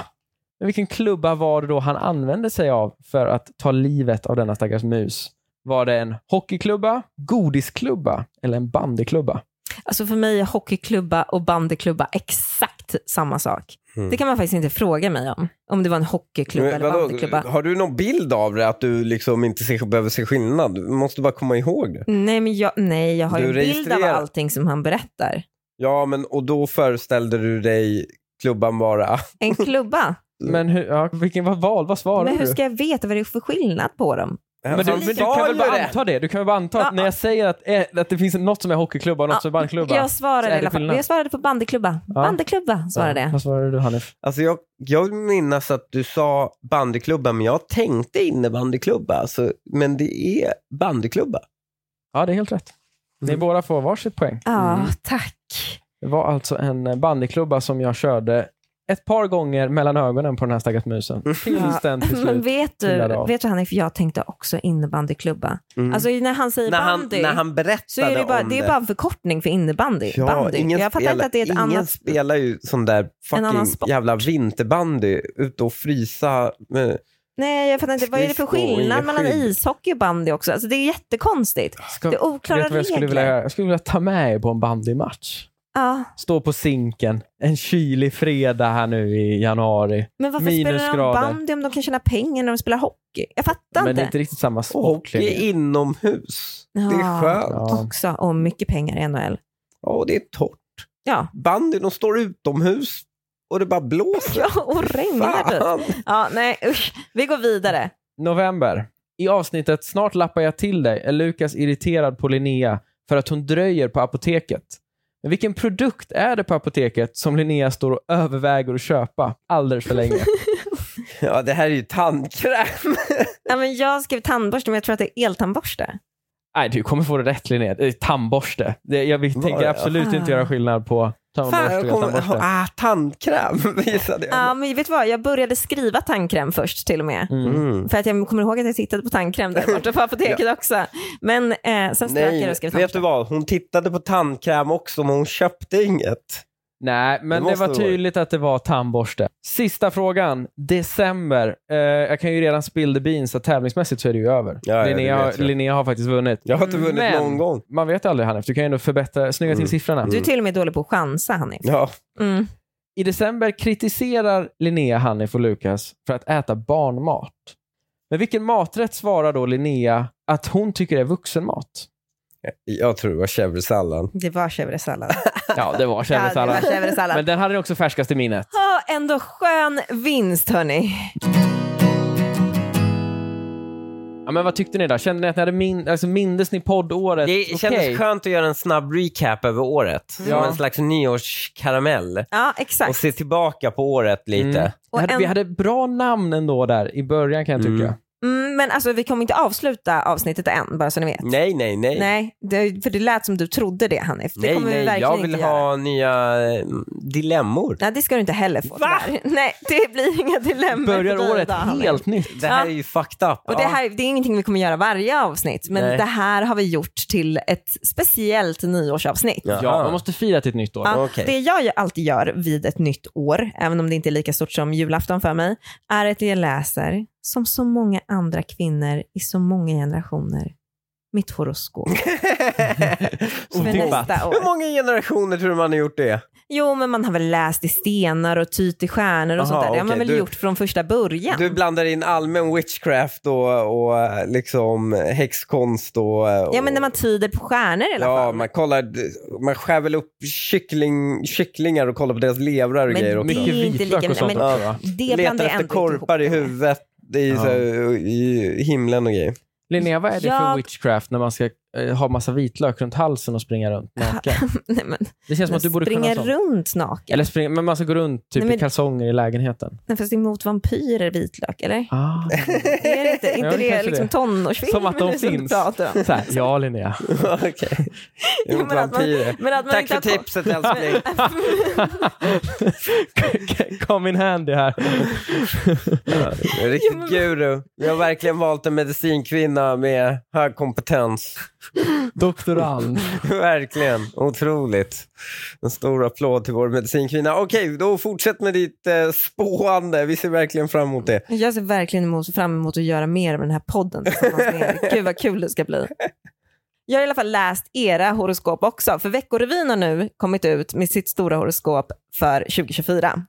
S1: Men vilken klubba var det då han använde sig av för att ta livet av denna stackars mus? Var det en hockeyklubba, godisklubba eller en bandyklubba?
S3: Alltså för mig är hockeyklubba och bandyklubba exakt samma sak.
S2: Mm.
S3: Det kan man faktiskt inte fråga mig om. Om det var en hockeyklubba
S2: Men
S3: eller
S2: vadå?
S3: bandyklubba.
S2: Har du någon bild av det? Att du liksom inte ser, behöver se skillnad? Du måste bara komma ihåg det.
S3: Nej, men jag, nej, jag har
S2: Du
S3: ju en bild av
S2: registrerar.
S3: allting som han berättar.
S2: Ja, men och då föreställde du dig klubban bara.
S3: En klubba.
S1: Men hur, ja, vilken var val? Vad svarade
S3: men hur
S1: du?
S3: ska jag veta vad det är för skillnad på dem?
S1: Men du,
S2: Han
S1: men du
S2: sa
S1: kan väl
S2: ju
S1: bara
S2: det.
S1: anta det? Du kan väl bara anta att
S3: Ja.
S1: när jag säger att, eh, att det finns något som är hockeyklubba och något
S3: Ja,
S1: som är bandklubba.
S3: Jag
S1: Så
S3: svarade,
S1: är
S3: i
S1: det
S3: alla fall.
S1: skillnad.
S3: jag svarade på bandyklubba. Bandyklubba svarade jag.
S1: Vad svarade du Hanif?
S2: Alltså jag, jag vill minnas att du sa bandyklubba, men jag tänkte innebandyklubba. Alltså, men det är bandyklubba.
S1: Ja, det är helt rätt. Ni
S2: Mm.
S1: båda får varsitt poäng.
S3: Ja,
S2: Mm.
S3: tack.
S1: Det var alltså en eh, bandyklubba som jag körde ett par gånger mellan ögonen på den här stackars musen. Tills den till
S3: Men
S1: slut.
S3: vet du,
S1: trillade av.
S3: vet du Hanif, jag tänkte också innebandyklubba.
S2: Mm.
S3: Alltså när han säger
S2: när, han,
S3: bandy
S2: när han berättade
S3: så är det, bara,
S2: om
S3: det är bara en förkortning för innebandy.
S2: Ja,
S3: bandy.
S2: ingen
S3: jag fattar
S2: spelar,
S3: inte att det är ett
S2: ingen
S3: annat...
S2: spelar ju sån där
S3: annan
S2: fucking
S3: sport.
S2: jävla vinterbandy ute och frysa. eh,
S3: Nej, jag fattar inte. Vad är det för
S2: Skridsko och ingen
S3: skillnad mellan
S2: skydd.
S3: ishockey och bandy också? Alltså, det är jättekonstigt.
S1: Ska,
S3: Det är oklara
S1: vet du vad jag skulle vilja
S3: regler.
S1: göra? Jag skulle vilja ta med er på en bandymatch.
S3: Ja,
S1: Stå på sinken en kylig fredag här nu i januari.
S3: men varför spelar de
S1: Minusgrader.
S3: bandy om de kan tjäna pengar när de spelar hockey? Jag fattar
S1: Men det
S3: inte.
S1: är inte riktigt samma
S2: Och
S1: sport.
S2: hockey
S1: Lilja.
S2: inomhus. Det är
S3: Ja.
S2: skönt. Ja.
S1: Ja.
S3: Också, och mycket pengar i NHL.
S2: och det är torrt.
S3: Ja,
S2: Bandy, de står utomhus och det bara blåser.
S3: ja och regnar typ.
S2: Fan.
S3: Ja, nej usch. Vi går vidare.
S1: November. I avsnittet Snart lappar jag till dig är Lukas irriterad på Linnea för att hon dröjer på apoteket. Men vilken produkt är det på apoteket som Linnea står och överväger att köpa alldeles för länge?
S2: Ja, det här är ju tandkräm.
S3: Ja, men jag skrev tandborste, men jag tror att det är eltandborste.
S1: Nej, du kommer få det rätt Linnea. Det är tandborste. Det, jag vill-
S2: Var
S1: tänker
S2: det?
S1: absolut
S3: Ah.
S1: inte göra skillnad på
S2: Fan,
S1: tandborste
S2: jag
S1: och
S2: kommer,
S1: tandborste.
S2: ah, tandkräm visade jag.
S3: Ja, men vet du vad? Jag började skriva tandkräm först till och med.
S1: Mm.
S2: Mm.
S3: För att jag kommer ihåg att jag tittade på tandkräm där borta på apoteket också. Men eh, sen strök jag det och skrev
S2: vet du
S3: tandborste.
S2: vad? Hon tittade på tandkräm också, men hon köpte inget.
S1: Nej, men
S2: Det
S1: det,
S2: måste
S1: var
S2: det vara.
S1: tydligt att det var tandborste. Sista frågan, december. Eh, jag kan ju redan spill the beans att tävlingsmässigt så är det ju över.
S2: Ja, ja, det
S1: Linnea,
S2: vet jag.
S1: Linnea har faktiskt vunnit.
S2: Jag har inte
S3: Mm,
S2: vunnit
S1: Men-
S2: någon gång.
S1: Man vet aldrig Hanif, du kan ju ändå förbättra, snygga till
S2: Mm.
S1: siffrorna.
S3: Du är till och med dålig på att chansa, Hanif.
S2: Ja.
S3: Mm.
S1: I december kritiserar Linnea Hanif och Lukas för att äta barnmat. Men vilken maträtt svarar då Linnea att hon tycker är vuxenmat?
S2: Jag tror det var chèvresalladen.
S3: Det var chèvresallad.
S1: Ja, det var
S3: Ja, det var chèvresallad.
S1: Men den hade ni också färskast i minnet.
S3: Ja, ändå skön vinst, hörni.
S1: Ja, men vad tyckte ni då? Kände ni att ni hade min- alltså, mindes ni poddåret?
S2: Det
S1: Okej.
S2: kändes skönt att göra en snabb recap över året. Som
S1: Ja.
S2: en slags nyårskaramell.
S3: Ja,
S2: Och
S3: Mm. exakt.
S2: se tillbaka på året lite.
S1: Mm. Vi
S3: Och
S1: hade,
S3: en-
S1: Vi hade bra namn ändå där i början kan jag tycka.
S2: Mm.
S3: Mm, men alltså, vi kommer inte avsluta avsnittet än, bara så ni vet.
S2: Nej, nej, nej.
S3: Nej, det, för det lät som du trodde det, Hanif. Det
S2: nej,
S3: kommer vi
S2: nej.
S3: verkligen
S2: Jag vill
S3: inte göra.
S2: ha nya eh, dilemmor.
S3: Nej, det ska du inte heller få.
S2: Va?
S3: tyvärr. Nej, det blir inga dilemman
S1: Börjar
S3: för dig
S1: året
S3: idag, Hanif.
S1: helt nytt.
S2: Det här
S3: Ja.
S2: är ju fucked up.
S3: Och det, här, det är ingenting vi kommer göra varje avsnitt, men
S2: Nej.
S3: det här har vi gjort till ett speciellt nyårsavsnitt.
S2: Ja.
S1: Ja, man måste fira till ett nytt år.
S3: Ja,
S2: okej.
S3: Det jag ju alltid gör vid ett nytt år, även om det inte är lika stort som julafton för mig, är att jag läser som så många andra kvinnor i så många generationer, mitt horoskop för
S2: Otippat.
S3: nästa
S2: Hur
S3: år.
S2: många generationer tror du man har gjort det?
S3: Jo, men man har väl läst i stenar och tyt i stjärnor och
S2: Aha,
S3: sånt där. Det har man
S2: okej,
S3: väl
S2: du-
S3: gjort från första början.
S2: Du blandar in allmän witchcraft och, och liksom häxkonst och... eh, och
S3: Ja, men när man tyder på stjärnor i alla fall.
S2: Ja, man kollar, man skär väl upp kyckling, kycklingar och kollar på deras levrar och
S3: Men
S2: grejer också.
S3: det
S1: Mycket
S3: är inte
S1: vitlök
S3: lika-
S1: och sånt
S3: men-
S1: också va?
S3: Det blandar
S2: Letar
S3: jag ändå
S2: efter
S3: inte
S2: korpar i
S3: ihop.
S2: huvudet i,
S1: Ja.
S2: så, här, i himlen och grejer.
S1: Linnea, vad är det för
S3: Jag-
S1: witchcraft när man ska eh, ha massa vitlök runt halsen och springa runt naken?
S3: Nej, men,
S1: Det känns som att du borde kunna
S3: springa
S1: sånt.
S3: runt naken.
S1: Eller springa, men man ska gå runt typ
S3: Nej, men-
S1: i kalsonger i lägenheten.
S3: Nej, fast det är mot vampyrer vitlök, eller?
S1: Ah.
S3: Det är det inte. inte
S1: det
S3: det är
S1: kanske
S3: liksom
S1: det.
S3: tonårsfilmer
S1: Som att de
S3: nu du
S1: finns.
S3: pratar om.
S1: Så här, ja Linnea.
S2: Okej.
S3: Jo, men
S2: Mot
S3: att man-
S2: vampyrer.
S3: Men att man
S2: Tack
S3: inte
S2: för
S3: har koll-
S2: tipset älskling.
S1: Kom in handy här.
S2: Ja, du är en
S3: Jo,
S2: Riktigt
S3: men-
S2: guru. Vi har verkligen valt en medicinkvinna med hög kompetens.
S1: Doktorand.
S2: Verkligen. Otroligt. En stor applåd till vår medicinkvinna. Okej, då fortsätt med ditt eh, spåande. Vi ser verkligen fram emot det.
S3: Jag ser verkligen emot, fram emot att göra mer med den här podden tillsammans med er. Gud vad kul det ska bli. Jag har i alla fall läst era horoskop också, för Veckorevyn har nu kommit ut med sitt stora horoskop för 2024.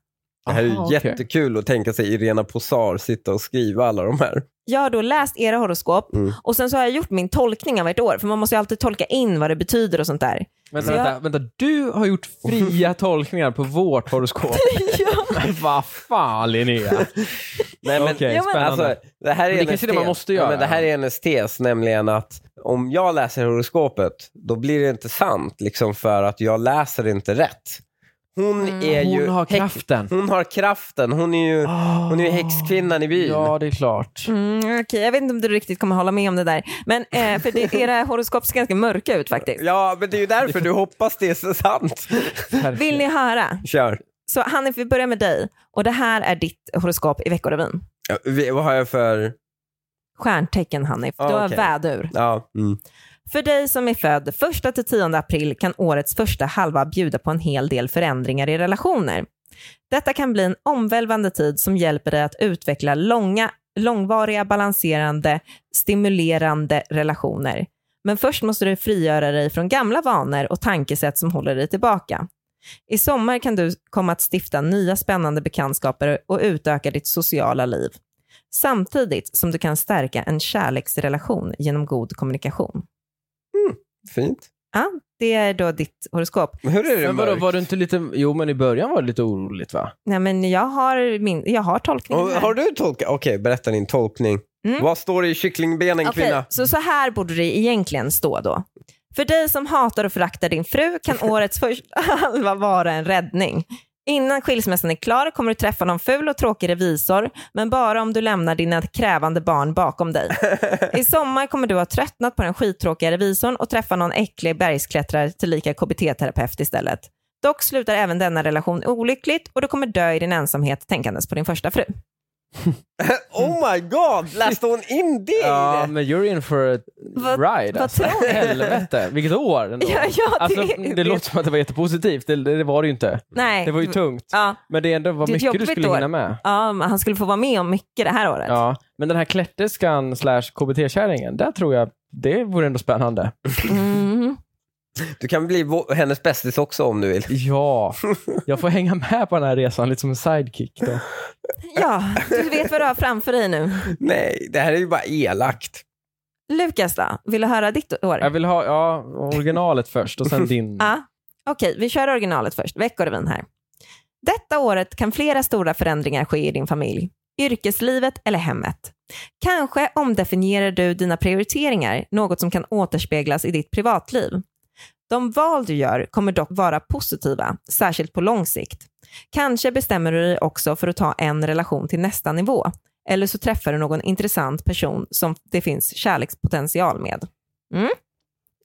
S2: Det här är ju
S1: Aha, okej.
S2: jättekul att tänka sig Irena Posar sitta och skriva alla de här.
S3: Jag har då läst era horoskop
S2: Mm.
S3: och sen så har jag gjort min tolkning av ert år, för man måste ju alltid tolka in vad det betyder och sånt där.
S1: Vänta,
S3: Ja.
S1: vänta, vänta, du har gjort fria tolkningar på vårt horoskop.
S3: ja.
S1: Men Vad fan Linnea.
S2: Nej, men,
S1: Okej,
S3: Ja, men-
S1: spännande.
S2: Alltså, det här är
S1: Men det
S2: hennes
S1: kanske är det man
S2: tes.
S1: måste
S2: Ja,
S1: göra.
S2: men det här är hennes tes, nämligen att om jag läser horoskopet, då blir det inte sant, liksom för att jag läser inte rätt. Hon
S3: Mm.
S2: är ju
S1: Hon har
S2: häck-
S1: kraften. Ah.
S2: Hon har kraften. Hon är ju, hon är ju häxkvinnan i byn.
S1: Ja, det är klart.
S3: Mm, okej. Jag vet inte om du riktigt kommer hålla med om det där, men eh, för det, era horoskop ser ganska mörka ut faktiskt.
S2: Ja, men det är ju därför du hoppas det är sant.
S3: Vill ni höra?
S2: Kör.
S3: Så Hanif, vi börjar med dig. Och det här är ditt horoskop i Veckorevyn.
S2: Ja, vi- vad har jag för...
S3: Stjärntecken Hanif, du
S2: Ah,
S3: har
S2: okej.
S3: vädur.
S2: Ja, mm.
S3: För dig som är född 1-10 april kan årets första halva bjuda på en hel del förändringar i relationer. Detta kan bli en omvälvande tid som hjälper dig att utveckla långa, långvariga, balanserande, stimulerande relationer. Men först måste du frigöra dig från gamla vanor och tankesätt som håller dig tillbaka. I sommar kan du komma att stifta nya spännande bekantskaper och utöka ditt sociala liv. Samtidigt som du kan stärka en kärleksrelation genom god kommunikation.
S2: fint.
S3: Det är då ditt horoskop.
S2: Men hur är det
S1: Men vadå,
S2: mörkt?
S1: var du inte lite... Jo, men i början var det lite oroligt va?
S3: Nej, men jag har, min, jag har tolkningen
S2: Och,
S3: här.
S2: har du tolkat? Okej, berätta din tolkning.
S3: Mm.
S2: Vad står det i kycklingbenen,
S3: Okej,
S2: kvinna?
S3: så så här borde det egentligen stå då. För dig som hatar och föraktar din fru kan årets första halva vara en räddning. Innan skilsmässan är klar kommer du träffa någon ful och tråkig revisor, men bara om du lämnar dina krävande barn bakom dig. I sommar kommer du ha tröttnat på den skittråkiga revisorn och träffa någon äcklig bergsklättrare tillika KBT-terapeut istället. Dock slutar även denna relation olyckligt och du kommer dö i din ensamhet tänkandes på din första fru.
S2: Oh my god, läste hon in det? i
S1: Ja,
S2: det?
S1: men you're in for a
S3: Vad-
S1: ride
S3: vad
S1: alltså.
S3: tror ni?
S1: Helvete, vilket år ändå.
S3: Ja, ja, det-
S1: alltså, det,
S3: det-
S1: låter som att det var jättepositivt, det, det var det ju inte.
S3: Nej.
S1: Det var ju tungt.
S3: Ja,
S1: Men det ändå var
S3: Det är ett
S1: mycket du
S3: jobbigt
S1: skulle
S3: år.
S1: hinna med.
S3: ja, men han skulle få vara med om mycket det här året.
S1: Ja, men den här klätterskan slash KBT-kärringen, där tror jag det vore ändå spännande.
S3: Mm.
S2: Du kan bli vå- hennes bästis också om du vill.
S1: Ja, jag får hänga med på den här resan lite som en sidekick. Då.
S3: Ja, du vet vad du har framför dig nu.
S2: Nej, det här är ju bara elakt.
S3: Lukas då, vill du höra ditt
S1: Jag
S3: år?
S1: vill ha ja, originalet först och sen din.
S3: Ja. Okej, vi kör originalet först. Veckorevyn här. Detta året kan flera stora förändringar ske i din familj, yrkeslivet eller hemmet. Kanske omdefinierar du dina prioriteringar, något som kan återspeglas i ditt privatliv. De val du gör kommer dock vara positiva, särskilt på lång sikt. Kanske bestämmer du dig också för att ta en relation till nästa nivå, eller så träffar du någon intressant person som det finns kärlekspotential med. Mm.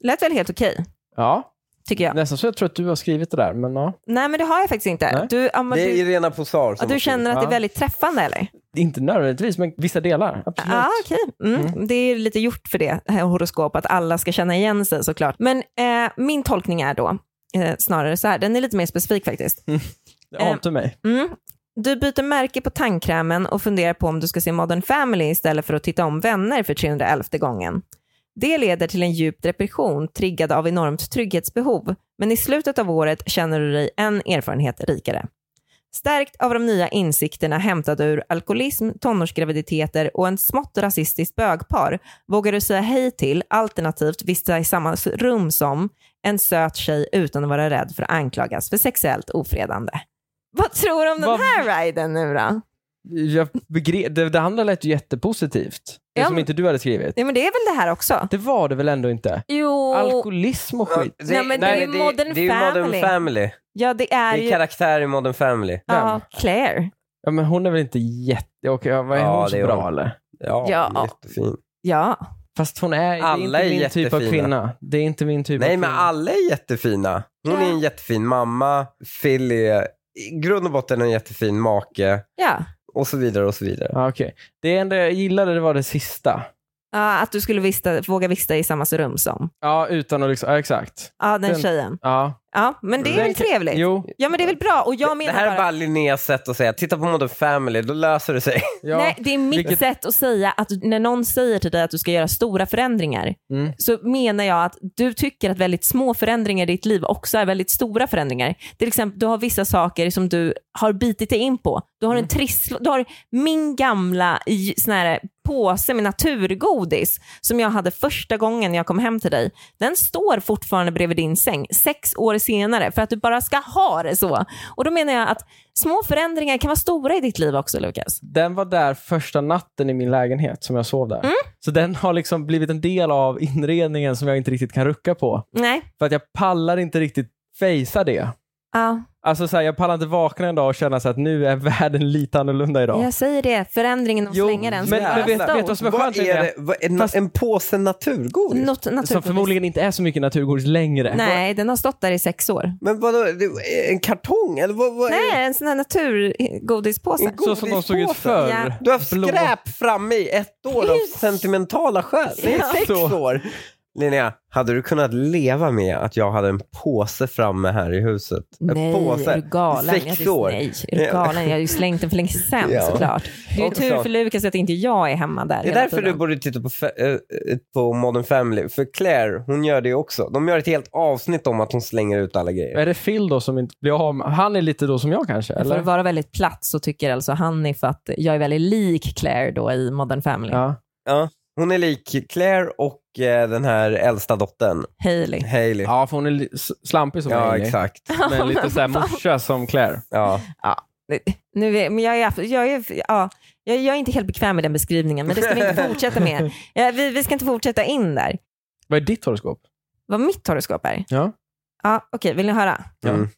S3: Lät väl helt okej,
S1: Ja,
S3: tycker jag.
S1: nästan så jag tror att du har skrivit det där. Men ja.
S3: Nej, men det har jag faktiskt inte.
S1: Nej.
S3: Du, ja, men
S2: det är liksom
S3: du,
S2: Irena Posar
S3: ja,
S2: som har
S3: du känner att det är
S1: Ja.
S3: väldigt träffande eller?
S1: Inte nödvändigtvis, men vissa delar. Absolut.
S3: Ja, okej. Mm. Det är ju lite gjort för det här horoskopet, att alla ska känna igen sig såklart. Men eh, min tolkning är då eh, snarare så här, den är lite mer specifik faktiskt.
S1: Det ante mig.
S3: Mm. Du byter märke på tandkrämen och funderar på om du ska se Modern Family istället för att titta om Vänner för 311 gången. Det leder till en djup depression triggad av enormt trygghetsbehov, men i slutet av året känner du dig en erfarenhet rikare. Stärkt av de nya insikterna hämtade ur alkoholism, tonårsgraviditeter och en smått rasistiskt bögpar vågar du säga hej till, alternativt vistas i samma rum som, en söt tjej utan att vara rädd för att anklagas för sexuellt ofredande. Vad tror du om den
S1: Vad-
S3: här riden nu då?
S1: Jag begre- det, det andra lät ju jättepositivt. Det
S3: Ja,
S1: som
S3: men-
S1: inte du hade skrivit.
S3: Ja, men det är väl det här också?
S1: Det var det väl ändå inte?
S3: Jo,
S1: Alkoholism och skit.
S3: Nej, men det är ju Modern
S2: det är ju
S3: Family.
S2: Modern Family.
S3: ja det är
S2: Det är
S3: ju
S2: karaktär i Modern Family.
S3: ja, Claire.
S1: Ja, men hon är väl inte jätte... Okej, ja, vad är
S2: Ja,
S1: hon så
S2: det är
S1: bra
S2: hon.
S1: eller?
S2: Ja,
S3: Ja.
S2: jättefin.
S3: Ja,
S1: Fast hon är...
S2: Alla
S1: det är
S2: är
S1: inte min typ av
S2: jättefina.
S1: kvinna. Det är inte min typ av
S2: Nej,
S1: kvinna.
S2: men alla är jättefina. Hon
S3: Ja.
S2: är en jättefin mamma. Phil är i grund och botten en jättefin make.
S3: ja.
S2: Och så vidare och så vidare.
S1: Ja, okej. Det enda jag gillade det var det sista.
S3: Ja, att du skulle vista, våga vistas i samma rum som.
S1: Ja, utan att liksom... Ja, exakt.
S3: Ja, den,
S1: Den-
S3: tjejen.
S1: Ja.
S3: Ja, men det är
S1: Den
S3: väl
S1: kan-
S3: trevligt?
S1: Jo.
S3: Ja, men det är väl bra. Och jag
S2: det
S3: menar
S2: här
S3: bara...
S2: är bara Linneas sätt att säga, titta på Modern Family, då löser det sig.
S1: Ja.
S3: Nej, det är mitt
S1: vilket-
S3: sätt att säga att när någon säger till dig att du ska göra stora förändringar
S1: Mm.
S3: så menar jag att du tycker att väldigt små förändringar i ditt liv också är väldigt stora förändringar. Till exempel, du har vissa saker som du har bitit dig in på. Du har
S1: Mm.
S3: en trisslo, du har min gamla j- sån här påse med naturgodis som jag hade första gången jag kom hem till dig. Den står fortfarande bredvid din säng sex år senare för att du bara ska ha det så. Och då menar jag att små förändringar kan vara stora i ditt liv också, Lukas.
S1: Den var där första natten i min lägenhet som jag sov
S3: Mm.
S1: där. Så den har liksom blivit en del av inredningen som jag inte riktigt kan rucka på.
S3: Nej.
S1: För att jag pallar inte riktigt fejsa det.
S3: Ja,
S1: Alltså så här, jag pallar inte vakna en dag och känna så att nu är världen lite annorlunda idag.
S3: jag säger det. Förändringen och
S1: Jo,
S3: slänga den.
S1: men-
S3: ska
S1: men
S3: vara
S1: vet-
S3: stor.
S1: vet du vad som är skönt
S2: Vad
S1: med
S2: är
S1: det?
S2: det? Vad- En,
S1: Fast-
S2: en påse naturgodis?
S3: Något
S1: Som
S3: naturgodis.
S1: förmodligen inte är så mycket naturgodis längre.
S3: Nej, den har stått där i sex år.
S2: Men vadå, det- en kartong? Eller vad, vad är
S3: Nej, en sån här naturgodispåse.
S2: En
S1: Så som de såg ut
S2: Godispåse.
S1: förr.
S3: Ja.
S2: Du har haft
S1: Blå-
S2: skräp framme i ett år av sentimentala skäl. Det är
S1: Ja.
S2: sex
S1: Så.
S2: år. Linnea, hade du kunnat leva med att jag hade en påse framme här i huset? En
S3: Nej,
S2: påse.
S3: är du galen?
S2: Sex
S3: Jag hade,
S2: år.
S3: Nej, är du
S2: Ja.
S3: galen? Jag har ju slängt den för länge sedan
S2: Ja.
S3: såklart. Det är ju
S2: Och
S3: tur
S2: så-
S3: för Lukas att inte jag är hemma där
S2: Det är
S3: hela
S2: därför du
S3: tiden.
S2: borde titta på, fe- eh, eh, på Modern Family. För Claire, hon gör det också. De gör ett helt avsnitt om att hon slänger ut alla grejer.
S1: Är det Phil då som inte blir av med... Han är lite då som jag kanske,
S3: För
S1: eller?
S3: att vara väldigt platt så tycker alltså Hanif att jag är väldigt lik Claire då i Modern Family.
S1: Ja.
S2: Hon är lik Claire och eh, den här äldsta dottern,
S3: Hailey.
S2: Hailey.
S1: ja, för hon är li- s- slampig som
S2: Ja,
S1: Hailey,
S2: exakt.
S1: Men lite såhär morsa som Claire.
S2: Ja.
S3: Nu är, men jag är, jag, är, ja, jag, jag är inte helt bekväm med den beskrivningen, men det ska vi inte fortsätta med. Ja, vi, vi ska inte fortsätta in där.
S1: Vad är ditt horoskop?
S3: Vad mitt horoskop är?
S1: Ja.
S3: Ja, Okej, vill ni höra?
S1: Ja.
S2: Mm.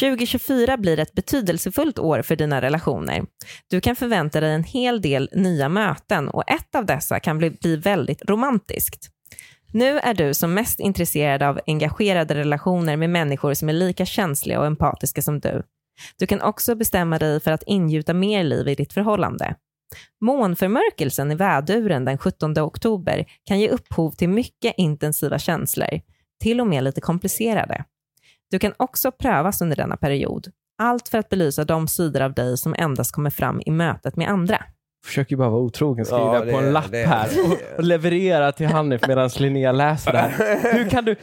S3: 2024 blir ett betydelsefullt år för dina relationer. Du kan förvänta dig en hel del nya möten och ett av dessa kan bli, bli väldigt romantiskt. Nu är du som mest intresserad av engagerade relationer med människor som är lika känsliga och empatiska som du. Du kan också bestämma dig för att ingjuta mer liv i ditt förhållande. Månförmörkelsen i väduren den 17 oktober kan ge upphov till mycket intensiva känslor, till och med lite komplicerade. Du kan också prövas under denna period. Allt för att belysa de sidor av dig som endast kommer fram i mötet med andra.
S1: Försöker ju bara vara otrogen, skriva
S2: Ja, det-
S1: på en lapp
S2: det-
S1: här och, och leverera till Hanif medan Linnea läser det här. Hur kan du...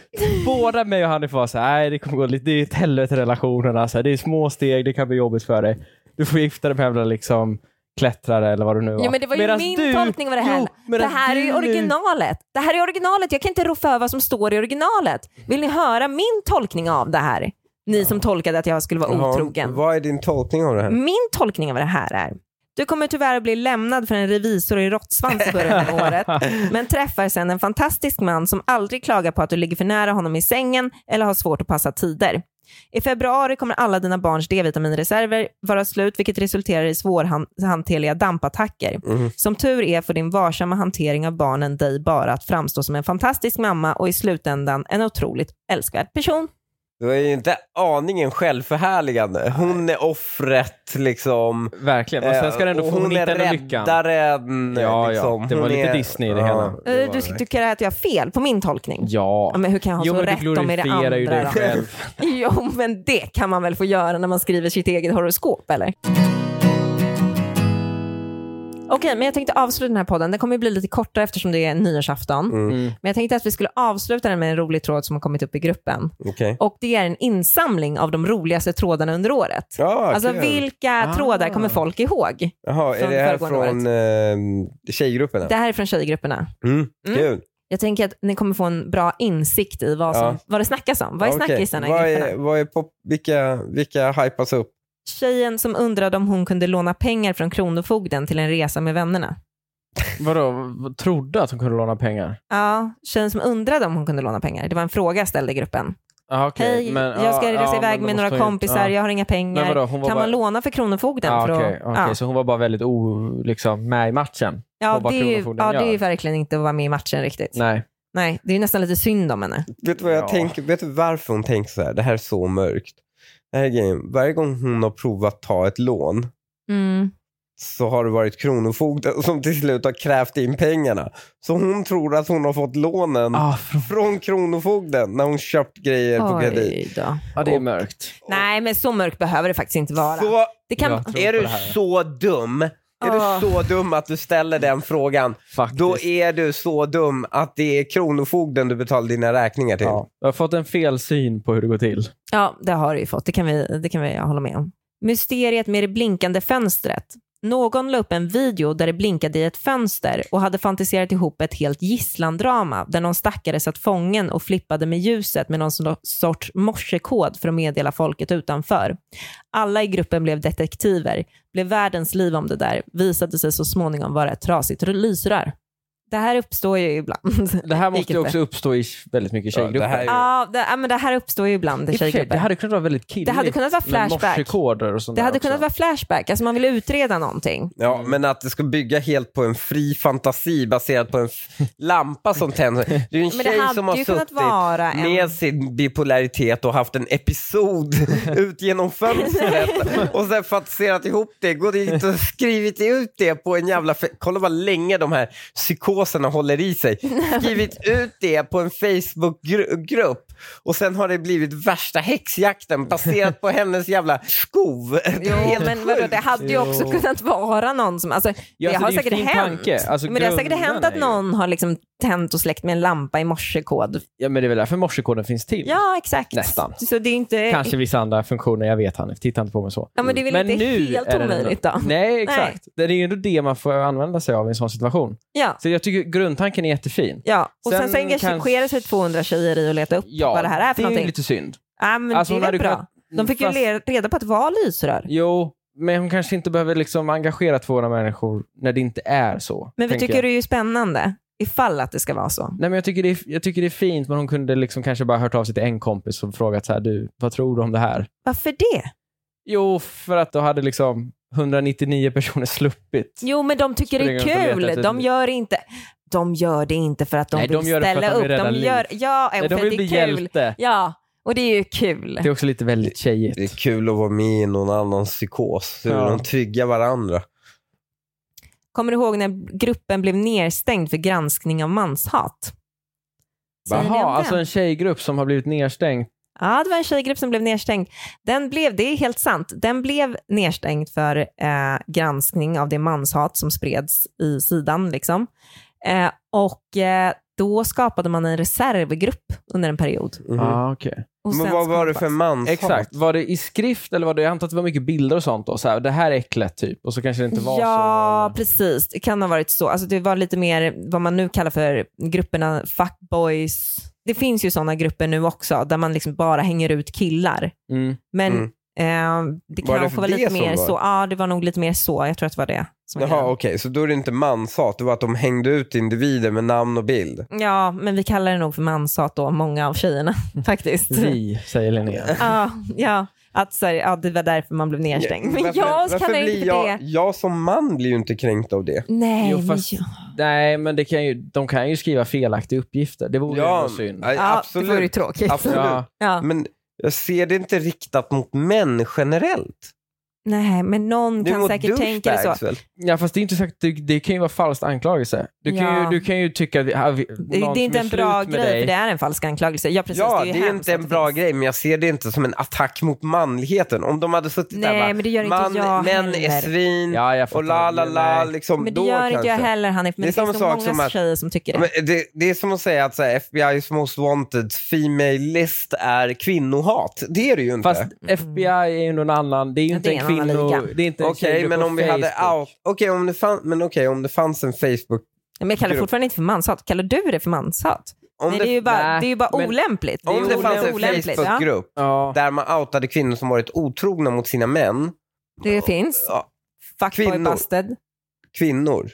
S1: Båda mig och Hanif var så här, nej det kommer gå lite... Det är ett helvete i relationerna, så här, det är små steg, det kan bli jobbigt för dig. Du får gifta dig med jävla liksom klättrare eller vad det nu var.
S3: Jo, men det var ju
S1: Medan
S3: min
S1: du-
S3: tolkning av det här.
S1: Jo,
S3: det
S1: medan
S3: här är ju
S1: du nu-
S3: originalet. Det här är originalet. Jag kan inte rå för vad som står i originalet. Vill ni höra min tolkning av det här? Ni som tolkade att jag skulle vara
S2: Jaha,
S3: otrogen.
S2: Vad är din tolkning av det här?
S3: Min tolkning av det här är du kommer tyvärr att bli lämnad för en revisor i råttsvans i början av året, men träffar sen en fantastisk man som aldrig klagar på att du ligger för nära honom i sängen eller har svårt att passa tider. I februari kommer alla dina barns D-vitaminreserver vara slut, vilket resulterar i svårhanterliga dampattacker.
S1: Mm.
S3: Som tur är får din varsamma hantering av barnen dig bara att framstå som en fantastisk mamma och i slutändan en otroligt älskvärd person.
S2: Det var ju inte aningen självförhärligande. Hon är offret liksom.
S1: Verkligen, och sen ska det ändå
S2: Eh,
S1: få hon
S2: är
S1: hitta den lyckan.
S2: räddaren.
S1: Ja, ja.
S2: liksom.
S1: Det var
S2: Hon
S1: lite
S2: är-
S1: Disney i det
S2: Ja,
S1: hela.
S2: det var
S3: Eh, Du
S2: det.
S3: tycker att jag har fel på min tolkning?
S1: Ja.
S3: Ja, men hur kan jag ha
S1: Jo,
S3: så
S1: men du
S3: rätt om i det andra?
S1: glorifierar ju dig
S3: då?
S1: själv.
S3: Jo, men det kan man väl få göra när man skriver sitt eget horoskop, eller? Okej, men jag tänkte avsluta den här podden. Den kommer ju bli lite kortare eftersom det är nyårsafton.
S1: Mm.
S3: Men jag tänkte att vi skulle avsluta den med en rolig tråd som har kommit upp i gruppen.
S2: Okej.
S3: Och det är en insamling av de roligaste trådarna under året.
S2: Ja,
S3: Alltså
S2: kul.
S3: vilka
S1: Ah.
S3: trådar kommer folk ihåg?
S2: Jaha, är
S3: från
S2: det här från
S3: föregående
S2: eh, tjejgrupperna?
S3: Det här är från tjejgrupperna.
S2: Mm.
S3: Mm.
S2: Kul.
S3: Jag tänker att ni kommer få en bra insikt i vad, som,
S2: Ja.
S3: vad det snackas om. Vad är
S2: Okej.
S3: snackisarna i
S2: Vad är,
S3: grupperna?
S2: vad är pop, vilka, vilka hypas upp?
S3: Tjejen som undrade om hon kunde låna pengar från Kronofogden till en resa med vännerna.
S1: Vadå, vad- trodde att hon kunde låna pengar?
S3: Ja, tjejen som undrade om hon kunde låna pengar. Det var en fråga jag ställde i gruppen.
S1: Ah, okej.
S3: Hej,
S1: Men,
S3: jag
S1: ja,
S3: ska resa
S1: ja,
S3: iväg
S1: men
S3: med
S1: då
S3: några
S1: måste hon ju-
S3: kompisar,
S1: ja.
S3: jag har inga pengar.
S1: Men vadå, hon var
S3: kan
S1: bara-
S3: man låna för Kronofogden?
S1: Ah,
S3: för
S1: Okej,
S3: att-
S1: okej, så hon var bara väldigt o, liksom, med i matchen?
S3: ja.
S1: och
S3: Ja,
S1: vad
S3: det är ju,
S1: Kronofogden
S3: ja, det är
S1: gör.
S3: ju verkligen inte att vara med i matchen riktigt. Nej,
S1: Nej.
S3: det är ju nästan lite synd om henne.
S2: Vet du, vad jag
S1: Ja.
S2: tänker, vet du varför hon tänker så här? Det här är så mörkt. Det här är grejen. Varje gång hon har provat att ta ett lån
S3: Mm.
S2: så har det varit Kronofogden som till slut har krävt in pengarna. Så hon tror att hon har fått lånen
S3: Mm.
S1: Ah, fr-
S2: från Kronofogden när hon köpt grejer på kredit.
S3: Oj då.
S1: ja, det är mörkt.
S3: Nej, men så mörkt behöver det faktiskt inte vara.
S2: Så
S3: Det kan...
S1: Jag tror på
S2: är du
S1: det här.
S2: så dum, är
S3: Ah.
S2: du så dum att du ställer den frågan,
S1: Faktiskt.
S2: då är du så dum att det är Kronofogden du betalar dina räkningar till.
S1: Ja. Jag har fått en fel syn på hur det går till.
S3: Ja, det har du ju fått. Det kan vi, det kan vi hålla med om. Mysteriet med det blinkande fönstret. Någon la upp en video där det blinkade i ett fönster och hade fantiserat ihop ett helt gisslandrama där någon stackare satt fången och flippade med ljuset med någon sån- sorts morsekod för att meddela folket utanför. Alla i gruppen blev detektiver, blev världens liv om det där, visade sig så småningom vara ett trasigt lysrör. Det här uppstår ju ibland.
S1: Det här måste
S3: Vilket
S1: ju
S3: är-
S1: också uppstå i väldigt mycket
S2: Ja,
S1: tjejgrupper.
S2: det här är-
S3: Ja, det, ja, men det här uppstår ju ibland
S1: I
S3: i
S1: och för sig,
S3: tjejgrupper.
S1: det hade kunnat vara väldigt killigt.
S3: Det hade kunnat vara
S1: med
S3: flashback.
S1: morsekoder och sånt
S3: Det
S1: där
S3: hade
S1: också.
S3: kunnat vara flashback, alltså man vill utreda någonting.
S2: Ja, men att det ska bygga helt på en fri fantasi baserad på en f- lampa som tänds. Det är ju en
S3: Men det
S2: tjej som
S3: hade
S2: har
S3: ju kunnat
S2: suttit
S3: vara en...
S2: med sin bipolaritet och haft en episod ut genom fönstret och sen fantiserat ihop det, gått dit och skrivit ut det på en jävla... fe- Kolla vad länge de här psykoserna håller i sig. Skrivit ut det på en Facebookgrupp och sen har det blivit värsta häxjakten baserat på hennes jävla skov. Det är
S3: Jo,
S2: helt
S3: men vadå, det hade ju också
S1: Jo.
S3: kunnat vara någon som... Alltså,
S1: Ja,
S3: det
S1: alltså,
S3: har
S1: det är ju
S3: säkert
S1: fin
S3: hänt.
S1: tanke. Alltså,
S3: men det har säkert
S1: grunderna
S3: hänt att
S1: är ju-
S3: någon har liksom tänt och släckt med en lampa i morsekod.
S1: Ja, men det är väl därför morsekoden finns till.
S3: Ja, exakt.
S1: Nästan.
S3: Så det är inte...
S1: Kanske vissa andra funktioner, jag vet han. Titta inte på mig så.
S3: Ja, men det är väl
S1: Men
S3: inte
S1: nu
S3: helt
S1: är det
S3: omöjligt
S1: ändå-
S3: då?
S1: Nej, exakt. Det är ju ändå det man får använda sig av i en sån situation.
S3: Ja.
S1: Så jag tycker grundtanken är jättefin.
S3: ja. Och sen,
S1: Sen
S3: så engagerar sig
S1: kanske-
S3: 200 tjejer i att leta upp vad det här är
S1: det är
S3: för
S1: ju
S3: någonting.
S1: lite synd.
S3: Ja, men
S1: Alltså, hon
S3: det är
S1: hade
S3: väl bra.
S1: kunnat-
S3: De fick
S1: Fast-
S3: ju le- reda på att det var lysrör.
S1: Jo, men hon kanske inte behöver liksom engagera 200 människor när det inte är så.
S3: Men vi
S1: tänker
S3: tycker
S1: jag.
S3: det är ju spännande, ifall att det ska vara så.
S1: Nej, men jag, tycker det är, jag tycker det är fint, men hon kunde liksom kanske bara hört av sig till en kompis och frågat så här, du, vad tror du om det här?
S3: Varför det?
S1: Jo, för att då hade liksom 199 personer sluppit.
S3: Jo, men de tycker det är
S1: Springer runt och letar
S3: kul.
S1: efter-
S3: De gör inte... De gör det inte för att de
S1: Nej,
S3: vill
S1: de gör det för att
S3: ställa
S1: de vill
S3: upp.
S1: rädda
S3: De
S1: liv.
S3: gör, ja,
S1: Nej,
S3: för
S1: de
S3: att
S1: vill
S3: det är
S1: bli
S3: kul.
S1: hjälte.
S3: Ja, och det är ju kul.
S1: Det är också lite väldigt
S2: Det är
S1: tjejigt.
S2: kul att vara med i någon annans psykos. Hur
S1: Ja.
S2: de tryggar varandra.
S3: Kommer du ihåg när gruppen blev nerstängd för granskning av manshat? Säger ni om
S1: Jaha,
S3: den?
S1: alltså en tjejgrupp som har blivit nedstängd.
S3: Ja, det var en tjejgrupp som blev nedstängd. Den blev, det är helt sant, den blev nedstängd för eh, granskning av det manshat som spreds i sidan. Liksom. Eh, och eh, då skapade man en reservgrupp under en period.
S2: Mhm.
S1: Ah, okay.
S3: Och sen
S2: Men vad
S3: ska man
S2: var det
S3: bara-
S2: för manshat?
S1: Exakt. Var det i skrift eller var det, jag antar att det var mycket bilder och sånt då? Så här, det här är äckligt typ. Och så kanske det inte var
S3: Ja,
S1: så.
S3: precis. Det kan ha varit så. Alltså, det var lite mer vad man nu kallar för grupperna fuckboys. Det finns ju sådana grupper nu också där man liksom bara hänger ut killar.
S1: Mm.
S3: Men
S2: Mm.
S3: eh, det
S2: Var det
S3: kanske
S2: för
S3: var
S2: det
S3: lite
S2: som
S3: mer
S2: var?
S3: så. Ja, det var nog lite mer så. Jag tror att det var det. Som var
S2: Jaha,
S3: grejen.
S2: okej. Så då är det inte manshat, det var att de hängde ut individer med namn och bild.
S3: Ja, men vi kallar det nog för manshat då, många av tjejerna faktiskt.
S1: Vi, säger Linnea.
S3: ja, ja. Att, så här, ja, det var därför man blev nedstängd. Men
S2: Varför-
S3: jag
S2: varför
S3: kallar det
S2: blir
S3: inte för
S2: jag,
S3: det.
S2: Jag som man blir ju inte kränkt av det.
S3: Nej,
S1: Jo,
S3: men
S1: fast-
S3: jag-
S1: Nej, men det kan ju, de kan ju skriva felaktiga uppgifter. Det vore ju ändå synd.
S2: nej,
S3: ja, det vore ju
S2: absolut.
S3: tråkigt.
S2: absolut.
S1: Ja.
S3: Ja.
S2: Men jag ser det inte riktat mot män generellt.
S3: Nej, men någon
S2: Du är
S3: kan
S2: mot
S3: säkert tänka det så.
S2: douchebags, alltså. väl?
S1: Ja, fast det är inte sagt, det, det kan ju vara falsk anklagelse. Du kan,
S3: Ja.
S1: ju, du kan ju tycka att vi, ah, vi,
S3: Det,
S1: någon
S3: det är inte
S1: som
S3: en
S1: slut
S3: bra
S1: med
S3: grej,
S1: dig.
S3: för det är en falsk anklagelse. Ja, precis.
S2: ja,
S3: det är, ju
S2: det är
S3: hemskt
S2: inte
S3: att
S2: en
S3: det
S2: bra
S3: finns.
S2: grej, men jag ser det inte som en attack mot manligheten. Om de hade suttit där
S3: Nej,
S2: bara,
S3: men det gör inte
S2: man,
S3: jag
S2: män är
S3: heller."
S2: svin
S1: Ja, jag
S2: och
S1: fattar.
S2: la la la,
S1: Nej.
S2: liksom,
S3: Men det
S2: då
S3: gör
S2: kanske.
S3: inte jag heller, Hanif. Men
S2: Det är
S3: det,
S2: samma
S3: finns nog
S2: sak
S3: många
S2: som att-
S3: tjejer som tycker det.
S2: Men det, det är som att säga att så här, FBI's most wanted female list är kvinnohat. Det är det ju inte.
S1: Fast FBI är ju någon annan, det är ju
S3: Mm.
S1: inte
S3: Ja, det
S1: en
S3: är en annan
S1: kvinno...
S3: liga.
S1: Det är inte en
S2: Okej,
S1: tjejgrupp
S2: men
S1: på
S2: om vi hade
S1: Facebook.
S2: out... Okej, om det fann, men okej, om det fanns en Facebook...
S3: Men jag kallar det
S2: Grupp.
S3: fortfarande inte för manshat. Kallar du det för manshat?
S2: Om
S3: Nej, det, är ju bara,
S1: Nej,
S3: det är ju bara
S1: men-
S3: olämpligt.
S1: det är
S2: om det
S1: ju
S2: fanns
S1: ole-
S2: en
S3: olämpligt, ja.
S2: Facebookgrupp
S1: Ja.
S2: där man outade kvinnor som varit otrogna mot sina män,
S3: Det finns.
S2: Ja.
S3: Fuckboy
S2: Kvinnor.
S3: busted.
S2: kvinnor.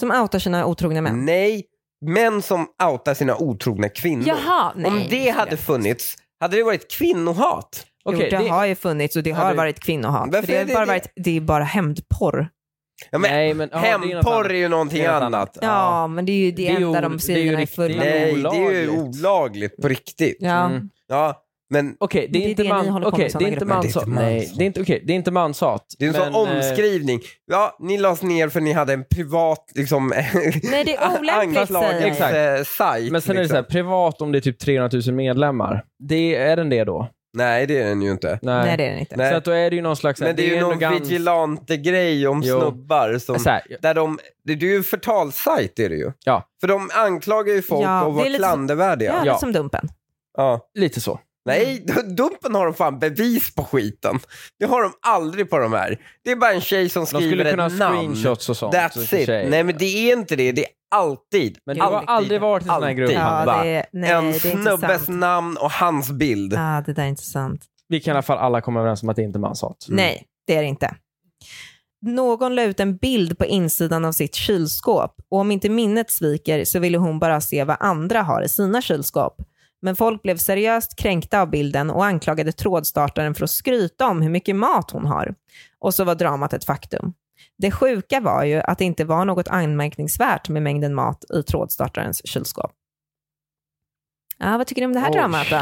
S3: Som outar sina otrogna män.
S2: Nej, män som outar sina otrogna kvinnor.
S3: Jaha, nej.
S2: om det hade funnits, hade det varit kvinnohat?
S1: Okej,
S3: jo, det,
S1: det-
S3: har ju funnits och det har
S1: Ja, det-
S3: varit kvinnohat.
S2: Varför
S3: För det,
S2: är det
S3: har bara
S2: det?
S3: Varit, det är bara hämndporr.
S2: Ja, men,
S1: Nej, men, ja, det är något
S2: Hämndporr är
S1: annat.
S2: ju någonting
S1: Det är något annat.
S2: annat.
S3: Ja, men det är ju det,
S1: Det är ju
S3: där
S1: ol-
S3: de
S1: det är ju
S3: sidorna är
S1: riktigt-
S3: fulla.
S2: Nej,
S1: Men
S2: det är ju
S1: olagligt.
S2: olagligt på riktigt. Ja,
S3: Ja.
S1: Mm.
S2: men
S1: Okej, det
S3: Det
S1: är
S3: är
S1: inte
S3: det ni
S1: man-
S3: håller på med,
S1: okej, det
S3: sådana
S1: är inte
S3: grupper.
S1: manshat.
S2: Det är inte
S1: Nej,
S2: manshat.
S1: det är inte, okej, det är inte manshat.
S2: det är en sån
S1: Men, eh,
S2: omskrivning. Ja, ni lades ner för ni hade en privat liksom,
S3: Nej, det är olämpligt säger jag.
S1: Exakt.
S2: anklagelsesajt.
S1: Men sen är det
S2: liksom.
S1: så här, privat om det är typ 300 000 medlemmar. Det, är den det då?
S2: Nej, det är den ju inte.
S3: Nej, det är det inte.
S2: Nej.
S1: Så att då är det ju någon slags...
S2: Men det är ju någon
S1: arrogans-
S2: vigilante-grej om
S1: Jo.
S2: snubbar som...
S1: Så här,
S2: Där de, det är ju en förtalssajt är det ju.
S1: Ja.
S2: För de anklagar ju folk
S3: Ja,
S2: av att
S3: det är
S2: vara
S3: lite så-
S2: klandervärdiga.
S3: Ja,
S2: Ja.
S3: det är
S1: Ja.
S3: som Dumpen.
S1: lite så.
S2: Nej,
S1: Mm.
S2: Dumpen har de fan bevis på skiten. Det har de aldrig på de här. Det är bara en tjej som
S1: De skulle
S2: skriver
S1: kunna ha
S2: ett namn.
S1: screenshots och sånt. i och
S2: That's
S1: för
S2: it.
S1: sig.
S2: Nej men det är inte det. Det är alltid.
S1: Men det har aldrig varit en sån här
S2: Alltid.
S1: grupp.
S2: Ja,
S1: Hanna.
S2: va?
S3: Ja, det är, nej,
S2: en
S3: det är inte
S2: snubbes
S3: sant.
S2: namn och hans bild.
S3: Ja, det där är inte sant.
S1: Vi kan i alla fall alla komma överens om att det inte är manshat.
S2: Mm.
S3: Nej, det är det inte. Någon la ut en bild på insidan av sitt kylskåp och om inte minnet sviker så ville hon bara se vad andra har i sina kylskåp. Men folk blev seriöst kränkta av bilden och anklagade trådstartaren för att skryta om hur mycket mat hon har. Och så var dramat ett faktum. Det sjuka var ju att det inte var något anmärkningsvärt med mängden mat i trådstartarens kylskåp. Ja, vad tycker ni om det här
S2: Oj.
S3: dramat då?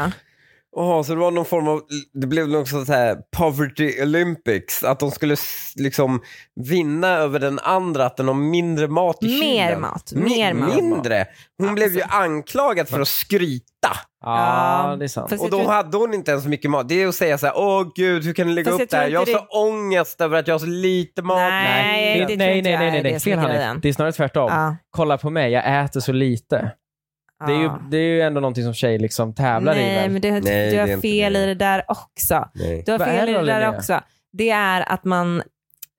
S2: Åh, så det var någon form av, det blev någon sån här poverty olympics, att de skulle s- liksom vinna över den andra, att den har mindre mat i
S3: Mer
S2: kylen.
S3: mat,
S2: Mi-
S3: mer mat.
S2: Mindre? Hon
S3: Ja,
S2: blev ju
S3: alltså.
S2: anklagad för att skryta.
S1: Ja,
S3: Ja,
S1: det är sant.
S3: fast-
S2: Och då
S3: jag tror-
S2: hade hon inte ens så mycket mat. Det är att säga så här, åh gud hur kan ni lägga
S3: Fast
S2: upp
S3: jag
S2: det här?
S3: tror
S2: Jag har
S3: inte
S2: så ångest över att jag har så lite mat.
S3: Nej, det
S1: nej,
S3: tror
S1: nej,
S3: inte
S1: nej,
S3: jag
S1: nej,
S3: är
S1: nej,
S3: det som är
S1: fel
S3: grejen.
S1: Hanif. Det är snarare tvärtom.
S3: Ja,
S1: Kolla på mig, jag äter så lite. Det, är ju,
S3: ja.
S1: det är ju ändå någonting som tjejer liksom tävlar i.
S3: Nej,
S1: väl?
S3: men det,
S2: Nej,
S3: du
S2: det
S3: har
S2: är inte
S3: fel
S2: det.
S3: i det där också. Du har
S1: Vad är
S3: fel i
S1: det
S3: det
S1: då,
S3: där
S1: Linnea?
S3: också. Det är att man,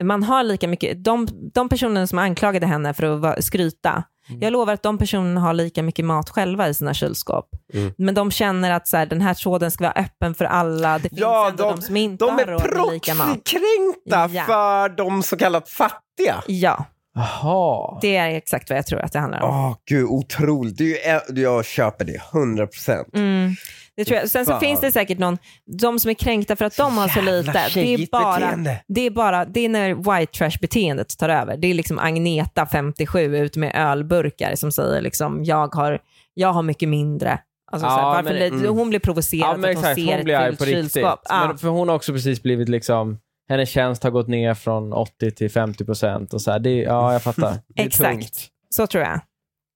S3: man har lika mycket, de, de personerna som anklagade henne för att vara, skryta,
S1: Mm.
S3: jag lovar att de personerna har lika mycket mat själva i sina kylskåp.
S2: Mm.
S3: Men de känner att så här, den här tråden ska vara öppen för alla. Det finns
S2: Ja,
S3: ändå
S2: de-
S3: de, som inte
S2: De
S3: har
S2: är
S3: råd med lika mat.
S2: proxykränkta
S3: Ja.
S2: för de så kallat fattiga.
S3: Ja,
S1: Jaha.
S3: det är exakt vad jag tror att det handlar om.
S2: Åh gud, otroligt. Det är ju, jag köper det, 100 procent.
S3: Mm, det tror jag. Sen så
S2: Fan.
S3: finns det säkert någon, de som är kränkta för att de har så lite, det är bara Det är bara, det är när white trash-beteendet tar över. Det är liksom Agneta, 57, ut med ölburkar som säger liksom, jag har, jag har mycket mindre. Alltså,
S1: Ja,
S3: så här, varför
S1: men-
S3: blir,
S2: mm.
S3: Hon blir provocerad
S1: Ja,
S3: för
S1: men
S3: att hon
S1: exakt.
S3: ser
S1: Hon blir arg
S3: ett
S1: på
S3: fyllt
S1: riktigt.
S3: kylskåp. Ja.
S1: Men, för hon har också precis blivit liksom... Hennes tjänst har gått ner från 80 till 50 procent. Och så här. Det, är- ja, jag fattar. Det är
S3: Exakt.
S1: tungt.
S3: Så tror jag.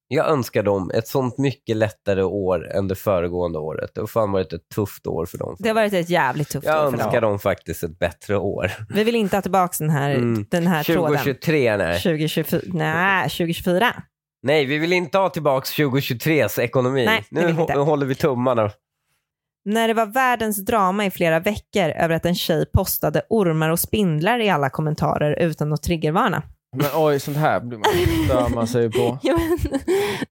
S2: Jag önskar dem ett sånt mycket lättare år än det föregående året. Det har fan varit ett tufft år för dem.
S3: Det har varit ett jävligt tufft
S2: jag
S3: år för
S2: önskar
S3: dem.
S2: dem faktiskt ett bättre år.
S3: Vi vill inte ha tillbaka den här,
S2: Mm.
S3: den här tråden.
S2: 2023, nej.
S3: 2024. Nej, 2024.
S2: Nej, vi vill inte ha tillbaka 2023s ekonomi.
S3: Nej, det
S2: nu
S3: vill vi inte.
S2: hå- håller vi tummarna.
S3: När det var världens drama i flera veckor över att en tjej postade ormar och spindlar i alla kommentarer utan att triggervarna.
S1: Men oj, sånt här blir man, stör man sig ju på.
S3: Ja, men,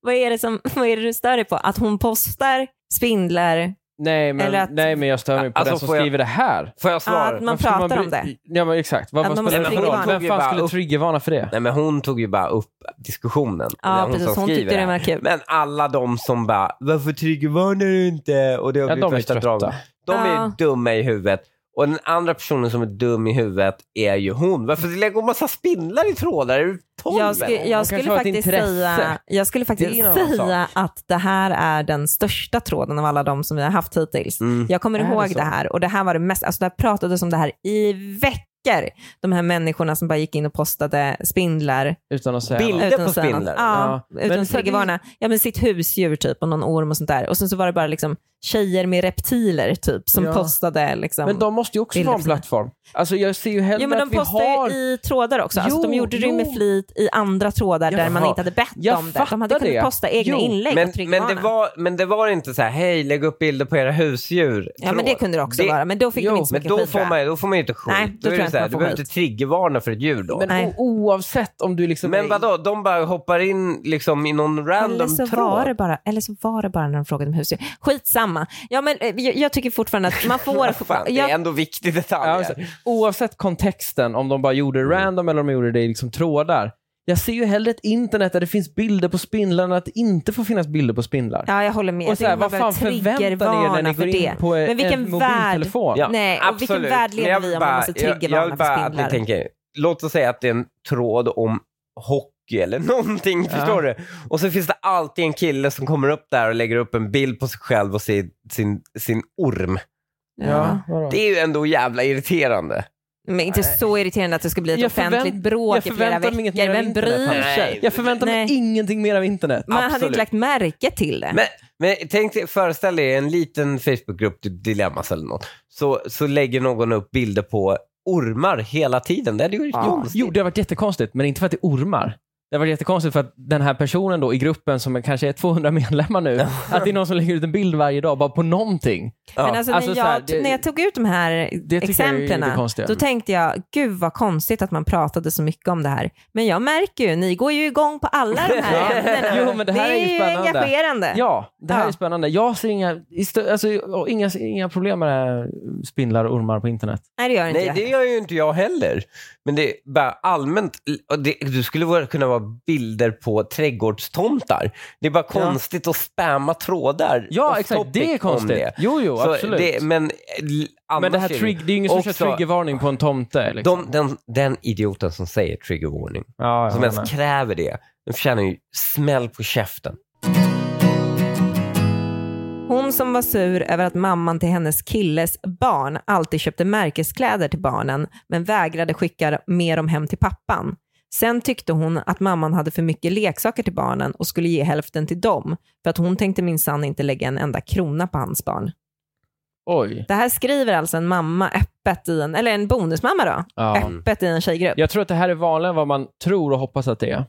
S3: vad, är det som, vad är det du stör dig på? Att hon postar spindlar?
S1: Nej men,
S3: Eller att-
S1: nej, men jag stör mig på
S2: Alltså,
S1: den som
S2: får jag-
S1: skriver det här.
S2: Får jag svara?
S3: Ah, att man
S1: Varför skulle
S3: pratar
S1: bry-
S3: om det.
S1: Ja, men exakt. Vad,
S3: Att
S1: vad
S3: man
S1: spelar det
S3: måste
S1: för roll?
S3: triggervarna.
S1: Vem fan skulle
S2: Upp-
S1: triggervarna för det?
S2: Nej, men hon tog ju bara upp diskussionen.
S3: Ja,
S2: hon
S3: precis.
S2: som
S3: Hon typ
S2: skriver
S3: tyckte
S2: det
S3: det
S2: här.
S3: var kul.
S2: Men alla de som bara, varför triggervarnar du inte? Och det har
S1: Ja,
S2: blivit
S1: de är
S2: värsta draget.
S1: trötta.
S2: De är ju
S3: Ja.
S2: dumma i huvudet. Och den andra personen som är dum i huvudet är ju hon. Varför lägger hon massa spindlar i trådar? Är du tolv?
S3: Jag, sku,
S1: Man
S3: jag,
S1: kanske
S3: skulle
S1: har ett
S3: faktiskt
S1: intresse.
S3: säga, jag skulle faktiskt
S1: Det är en annan
S3: säga att det här är den största tråden av alla de som vi har haft hittills.
S2: Mm.
S3: Jag kommer
S1: Är det
S3: ihåg
S1: så?
S3: det här och det här var det mest, alltså det här pratades om det här i veckor. De här människorna som bara gick in och postade spindlar.
S1: Utan att säga
S2: Bild-
S1: något.
S2: Bilder
S3: utan
S2: på
S3: att säga något.
S2: spindlar?
S1: Ja.
S3: Ja,
S1: Men
S3: utan att
S1: så är det-
S3: säga varna. Ja, men sitt husdjur typ och någon orm och sånt där. Och sen så var det bara liksom tjejer med reptiler typ som
S1: Ja.
S3: postade liksom.
S1: Men de måste ju också
S3: Bilder
S1: vara en
S3: på sina-
S1: plattform. Alltså jag ser ju hellre
S3: Jo, men
S1: att
S3: de
S1: vi
S3: postade
S1: har...
S3: ju i trådar också. Alltså,
S1: Jo,
S3: de gjorde det ju
S1: jo.
S3: med flit i andra trådar där
S1: Jaha.
S3: man inte hade bett
S1: Jag
S3: om det. De hade
S1: fattar
S3: kunnat
S1: det.
S3: posta egna
S1: Jo,
S3: inlägg
S2: Men,
S3: och trycka
S2: men, det
S3: varna.
S2: var, men det var inte så här, hej lägg upp bilder på era husdjur.
S3: Ja, men det kunde det också
S2: Det-
S3: vara. Men då fick
S1: Jo,
S3: de inte så
S2: Men
S3: mycket
S2: då
S3: skit,
S2: får,
S3: tror jag.
S2: man, då får man ju inte skit.
S3: Nej, då
S2: då är
S3: tror jag
S2: det
S3: inte
S2: så här,
S3: man
S2: du
S3: får
S2: behöver
S3: skit.
S2: inte triggervarna för ett djur då.
S1: Men
S2: Men,
S3: Nej.
S1: o- oavsett om du liksom... är-
S2: vadå, de bara hoppar in liksom i någon
S3: Eller
S2: random
S3: så, var det
S2: tråd.
S3: bara, eller så var det bara när de frågade om husdjur. Skitsamma. Ja, men, eh, jag, jag tycker fortfarande att man får...
S2: Fan, det är
S3: jag,
S2: ändå viktiga
S1: Ja,
S2: detaljer.
S1: alltså, oavsett kontexten, om de bara gjorde det random eller om de gjorde det i liksom trådar. Jag ser ju hellre ett internet där det finns bilder på spindlar än att det inte får finnas bilder på spindlar.
S3: ja, jag håller med.
S1: och
S3: Jag
S1: så här,
S3: tycker
S1: vad
S3: man
S1: fan
S3: behöver
S1: förväntar ni er när ni går
S3: triggervarna för
S1: in
S3: det.
S1: på
S3: Men
S1: en
S3: vilken värld...
S1: mobiltelefon?
S2: Ja,
S3: Nej, och vilken
S2: absolut.
S3: värld lever
S2: Men jag
S3: vi i om
S2: bara-
S3: man måste
S2: jag-
S3: triggervarna
S2: Jag vill bara
S3: för
S2: att ni
S3: spindlar?
S2: tänker, låt oss säga att det är en tråd om hockey eller någonting, förstår du? Och så finns det alltid en kille som kommer upp där och lägger upp en bild på sig själv och sin, sin, sin orm.
S1: Ja, vadå?
S2: Det är ju ändå jävla irriterande.
S3: Men inte så irriterande att det ska bli ett
S1: Jag förvänt-
S3: offentligt bråk i
S1: jag
S3: flera
S1: förväntar mig inget mer
S3: veckor.
S1: av
S3: Vem
S1: internet,
S3: bryr
S2: Hanna.
S3: sig?
S2: Nej.
S1: Jag förväntar mig
S3: Nej.
S1: ingenting mer av internet.
S3: Man hade
S2: Absolut.
S3: inte lagt märke till det.
S2: Men, men tänk dig, föreställ dig en liten Facebookgrupp, typ Dilemmas eller något, så, så lägger någon upp bilder på ormar hela tiden. Det hade ju varit konstigt.
S1: Jo, det har varit jättekonstigt, men inte för att det är ormar. Det har varit jättekonstigt för att den här personen då i gruppen som är kanske är 200 medlemmar nu, att det är någon som lägger ut en bild varje dag bara på någonting.
S2: Ja.
S3: Men alltså,
S1: Alltså,
S3: när,
S1: så
S3: jag,
S1: här, det-
S3: när jag tog ut de här
S1: jag är
S3: exemplen,
S1: det konstiga.
S3: då tänkte jag, gud vad konstigt att man pratade så mycket om det här. Men jag märker ju, ni går ju igång på alla de här ämnena.
S1: Jo, men det här är ju spännande.
S3: engagerande.
S1: Ja, det här
S3: Ja.
S1: är spännande. Jag ser inga, i stö- alltså, jag- inga, inga problem med det här spindlar och ormar på internet.
S3: Nej, det gör inte
S2: Nej,
S3: jag.
S2: det gör ju inte jag heller. Men det är bara allmänt. och Det, du skulle vara- kunna vara bilder på trädgårdstomtar. Det är bara
S1: Ja.
S2: konstigt att spamma trådar.
S1: Ja,
S2: off
S1: exakt.
S2: topic
S1: Det är
S2: om
S1: konstigt.
S2: det.
S1: Jo, jo,
S2: Så
S1: absolut.
S2: det- men eh, annars
S1: men det, här
S2: är
S1: trigg, det är ju ingen som kör
S2: också-
S1: triggervarning på en tomte. Liksom.
S2: de, den, den idioten som säger trigger warning,
S1: ja, jag
S2: som
S1: menar.
S2: ens kräver det, den förtjänar ju smäll på käften.
S3: Hon som var sur över att mamman till hennes killes barn alltid köpte märkeskläder till barnen men vägrade skicka med dem hem till pappan. Sen tyckte hon att mamman hade för mycket leksaker till barnen och skulle ge hälften till dem för att hon tänkte minsann inte lägga en enda krona på hans barn.
S1: Oj.
S3: Det här skriver alltså en mamma öppet i en, eller en bonusmamma då,
S1: Ja.
S3: öppet i en tjejgrupp.
S1: Jag tror att det här är vanligare än vad man tror och hoppas att det är.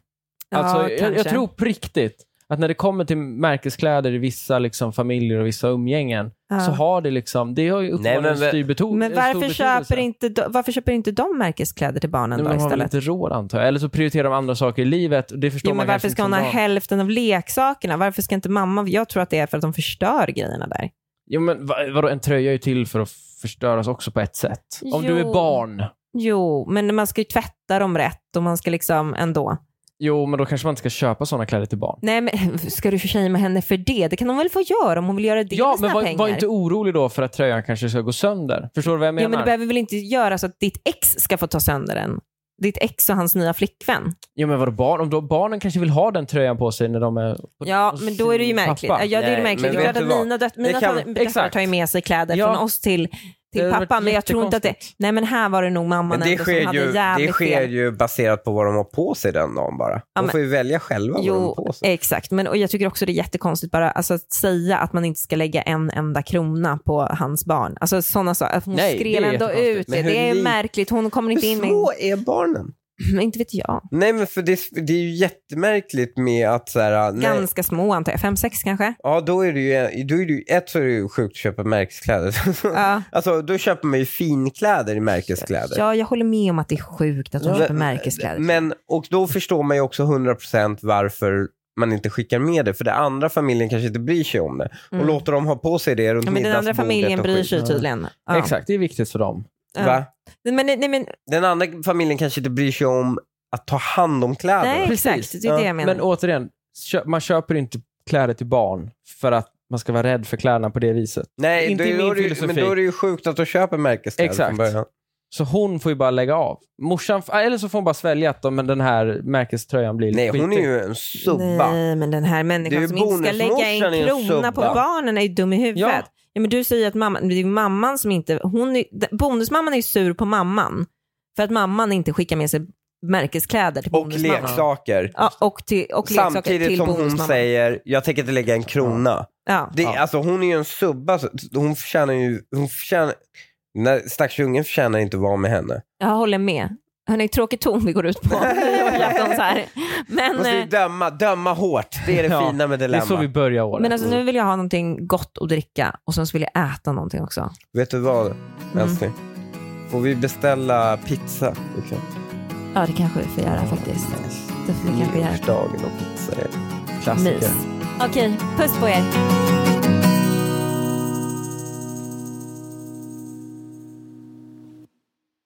S1: Alltså, jag, jag
S3: kanske.
S1: tror på riktigt att när det kommer till märkeskläder i vissa liksom, familjer och vissa umgängen
S3: Ja.
S1: så har det liksom, det har ju uppenbarligen
S2: men-
S1: en stor beto-
S3: Men
S1: en
S3: varför
S1: stor
S3: köper,
S1: betydelse.
S3: inte de, varför köper inte de märkeskläder till barnen
S1: Nej,
S3: då
S1: men de har väl
S3: istället?
S1: inte råd antar jag. Eller så prioriterar de andra saker i livet. och Det förstår
S3: Jo, men
S1: man kanske
S3: varför
S1: inte
S3: ska hon
S1: som
S3: ha
S1: barn.
S3: hälften av leksakerna? Varför ska inte mamma... Jag tror att det är för att de förstör grejerna där.
S1: Jo, men va- vadå, en tröja är ju till för att förstöras också på ett sätt. Om du är
S3: Jo.
S1: barn,
S3: Jo, men man ska ju tvätta dem rätt och man ska liksom ändå...
S1: jo, men då kanske man inte ska köpa sådana kläder till barn.
S3: Nej, men ska du försämma henne för det? Det kan hon väl få göra om hon vill göra det
S1: ja,
S3: med sina
S1: men var,
S3: pengar?
S1: var inte orolig då för att tröjan kanske ska gå sönder. Förstår du vad jag menar?
S3: ja, men du behöver väl inte göra så att ditt ex ska få ta sönder den? Ditt ex och hans nya flickvän.
S1: Jo, men vadå, barn? Om då barnen kanske vill ha den tröjan på sig när de är på
S3: Ja,
S1: hos
S3: men då är det ju
S1: sin
S3: märkligt.
S1: pappa.
S3: Ja, det
S2: Nej,
S3: är ju
S2: men
S3: märkligt. Det
S2: vet
S3: är klart
S2: du
S3: att
S2: vad?
S3: mina, döt-
S2: kan-
S3: mina kan, döttrar
S1: exakt.
S3: tar ju med sig kläder
S1: Ja.
S3: från oss till,
S1: Det
S3: till
S1: hade varit
S3: pappa, men jag tror inte att det...
S1: jättekonstigt.
S3: Nej, men här var det nog mamman
S2: Men det
S3: ändå som
S2: sker,
S3: hade
S2: ju, det
S3: jävligt
S2: sker
S3: fel.
S2: ju baserat på vad de har på sig den dagen bara. De
S3: men-
S2: får ju välja själva vad de har på
S3: Jo,
S2: sig.
S3: exakt. Men, och jag tycker också det är jättekonstigt bara alltså, att säga att man inte ska lägga en enda krona på hans barn. Alltså sådana saker. Att Hon
S1: Nej,
S3: skrev
S1: det är
S3: ändå
S1: jättekonstigt.
S3: ut
S2: Men hur
S3: det. Det är
S2: li-
S3: märkligt. Hon kommer inte in
S2: Hur
S3: med...
S2: små är barnen?
S3: Men inte vet jag.
S2: Nej, men för det, det är ju jättemärkligt med att så här, nej, Mm.
S3: Ganska små antar jag. Fem, sex kanske?
S2: ja, då är det ju, då är det ju, ett så är det ju sjukt att köpa märkeskläder.
S3: Ja.
S2: alltså, då köper man ju finkläder i märkeskläder.
S3: ja, jag håller med om att det är sjukt att hon
S2: Men-
S3: köper märkeskläder.
S2: Men, och då förstår man ju också 100% varför man inte skickar med det, för den andra familjen kanske inte bryr sig om det.
S3: Mm.
S2: Och låter dem ha på sig det runt
S3: ja, men den andra
S2: middagsbordet
S3: familjen
S2: och
S3: bryr
S2: skit.
S3: sig ju tydligen. Ja.
S1: Exakt, det är viktigt för dem.
S3: Ja.
S2: Va?
S3: Nej, Men, nej, men,
S2: Den andra familjen kanske inte bryr sig om att ta hand om kläderna.
S3: nej
S1: Precis.
S3: exakt. Det är
S2: Ja.
S3: det jag menar.
S1: Men återigen, kö- man köper inte kläder till barn för att man ska vara rädd för kläderna på det viset.
S2: Nej,
S1: Inte
S2: då,
S1: i min
S2: då är det, ju-
S1: filosofi.
S2: men då är det ju sjukt att de köper märkeskläder
S1: Exakt.
S2: från början.
S1: Så hon får ju bara lägga av. Morsan, f- ah, eller så får hon bara svälja att de- men den här märkeströjan blir lite
S2: Nej, hon är
S1: skitig.
S2: ju en subba.
S3: Nej, men den här
S2: Det är
S3: människan
S2: ju
S3: som inte ska lägga
S2: bonusmorsan i
S3: en
S2: en
S3: krona på
S2: subba.
S3: barnen är ju dum i huvudet.
S1: Ja.
S3: Ja. men du säger ju att mamman, det är ju mamman som inte, hon är, d- bonusmamman är ju sur på mamman för att mamman inte skickar med sig märkeskläder till
S2: Och
S3: bonusmamman.
S2: leksaker.
S3: Ja, och till, och leksaker
S2: Samtidigt
S3: till
S2: som hon
S3: bonusmamman.
S2: säger, jag tänker inte lägga en krona.
S3: Ja.
S2: Det,
S1: Ja.
S2: Alltså hon är ju en subba. så- Hon förtjänar ju, hon förtjänar, när stackars förtjänar inte att vara med henne.
S3: Jag håller med. Hörni, tråkig ton vi går ut på julafton så här. Men,
S2: Måste ju
S3: eh,
S2: döma, dömma hårt. Det är det
S1: Ja,
S2: fina med
S1: Det är
S2: Dilemma.
S1: så vi börjar året.
S3: men alltså, nu vill jag ha någonting gott att dricka och sen så vill jag äta någonting också.
S2: Vet du vad,
S3: Mm.
S2: älskling? Får vi beställa pizza ikväll?
S3: Ja, det kanske vi får göra faktiskt. Det får vi kanske göra.
S2: Nyårsdagen och Mm. pizza.
S1: Klassiker.
S3: Mys. Okej, puss på er.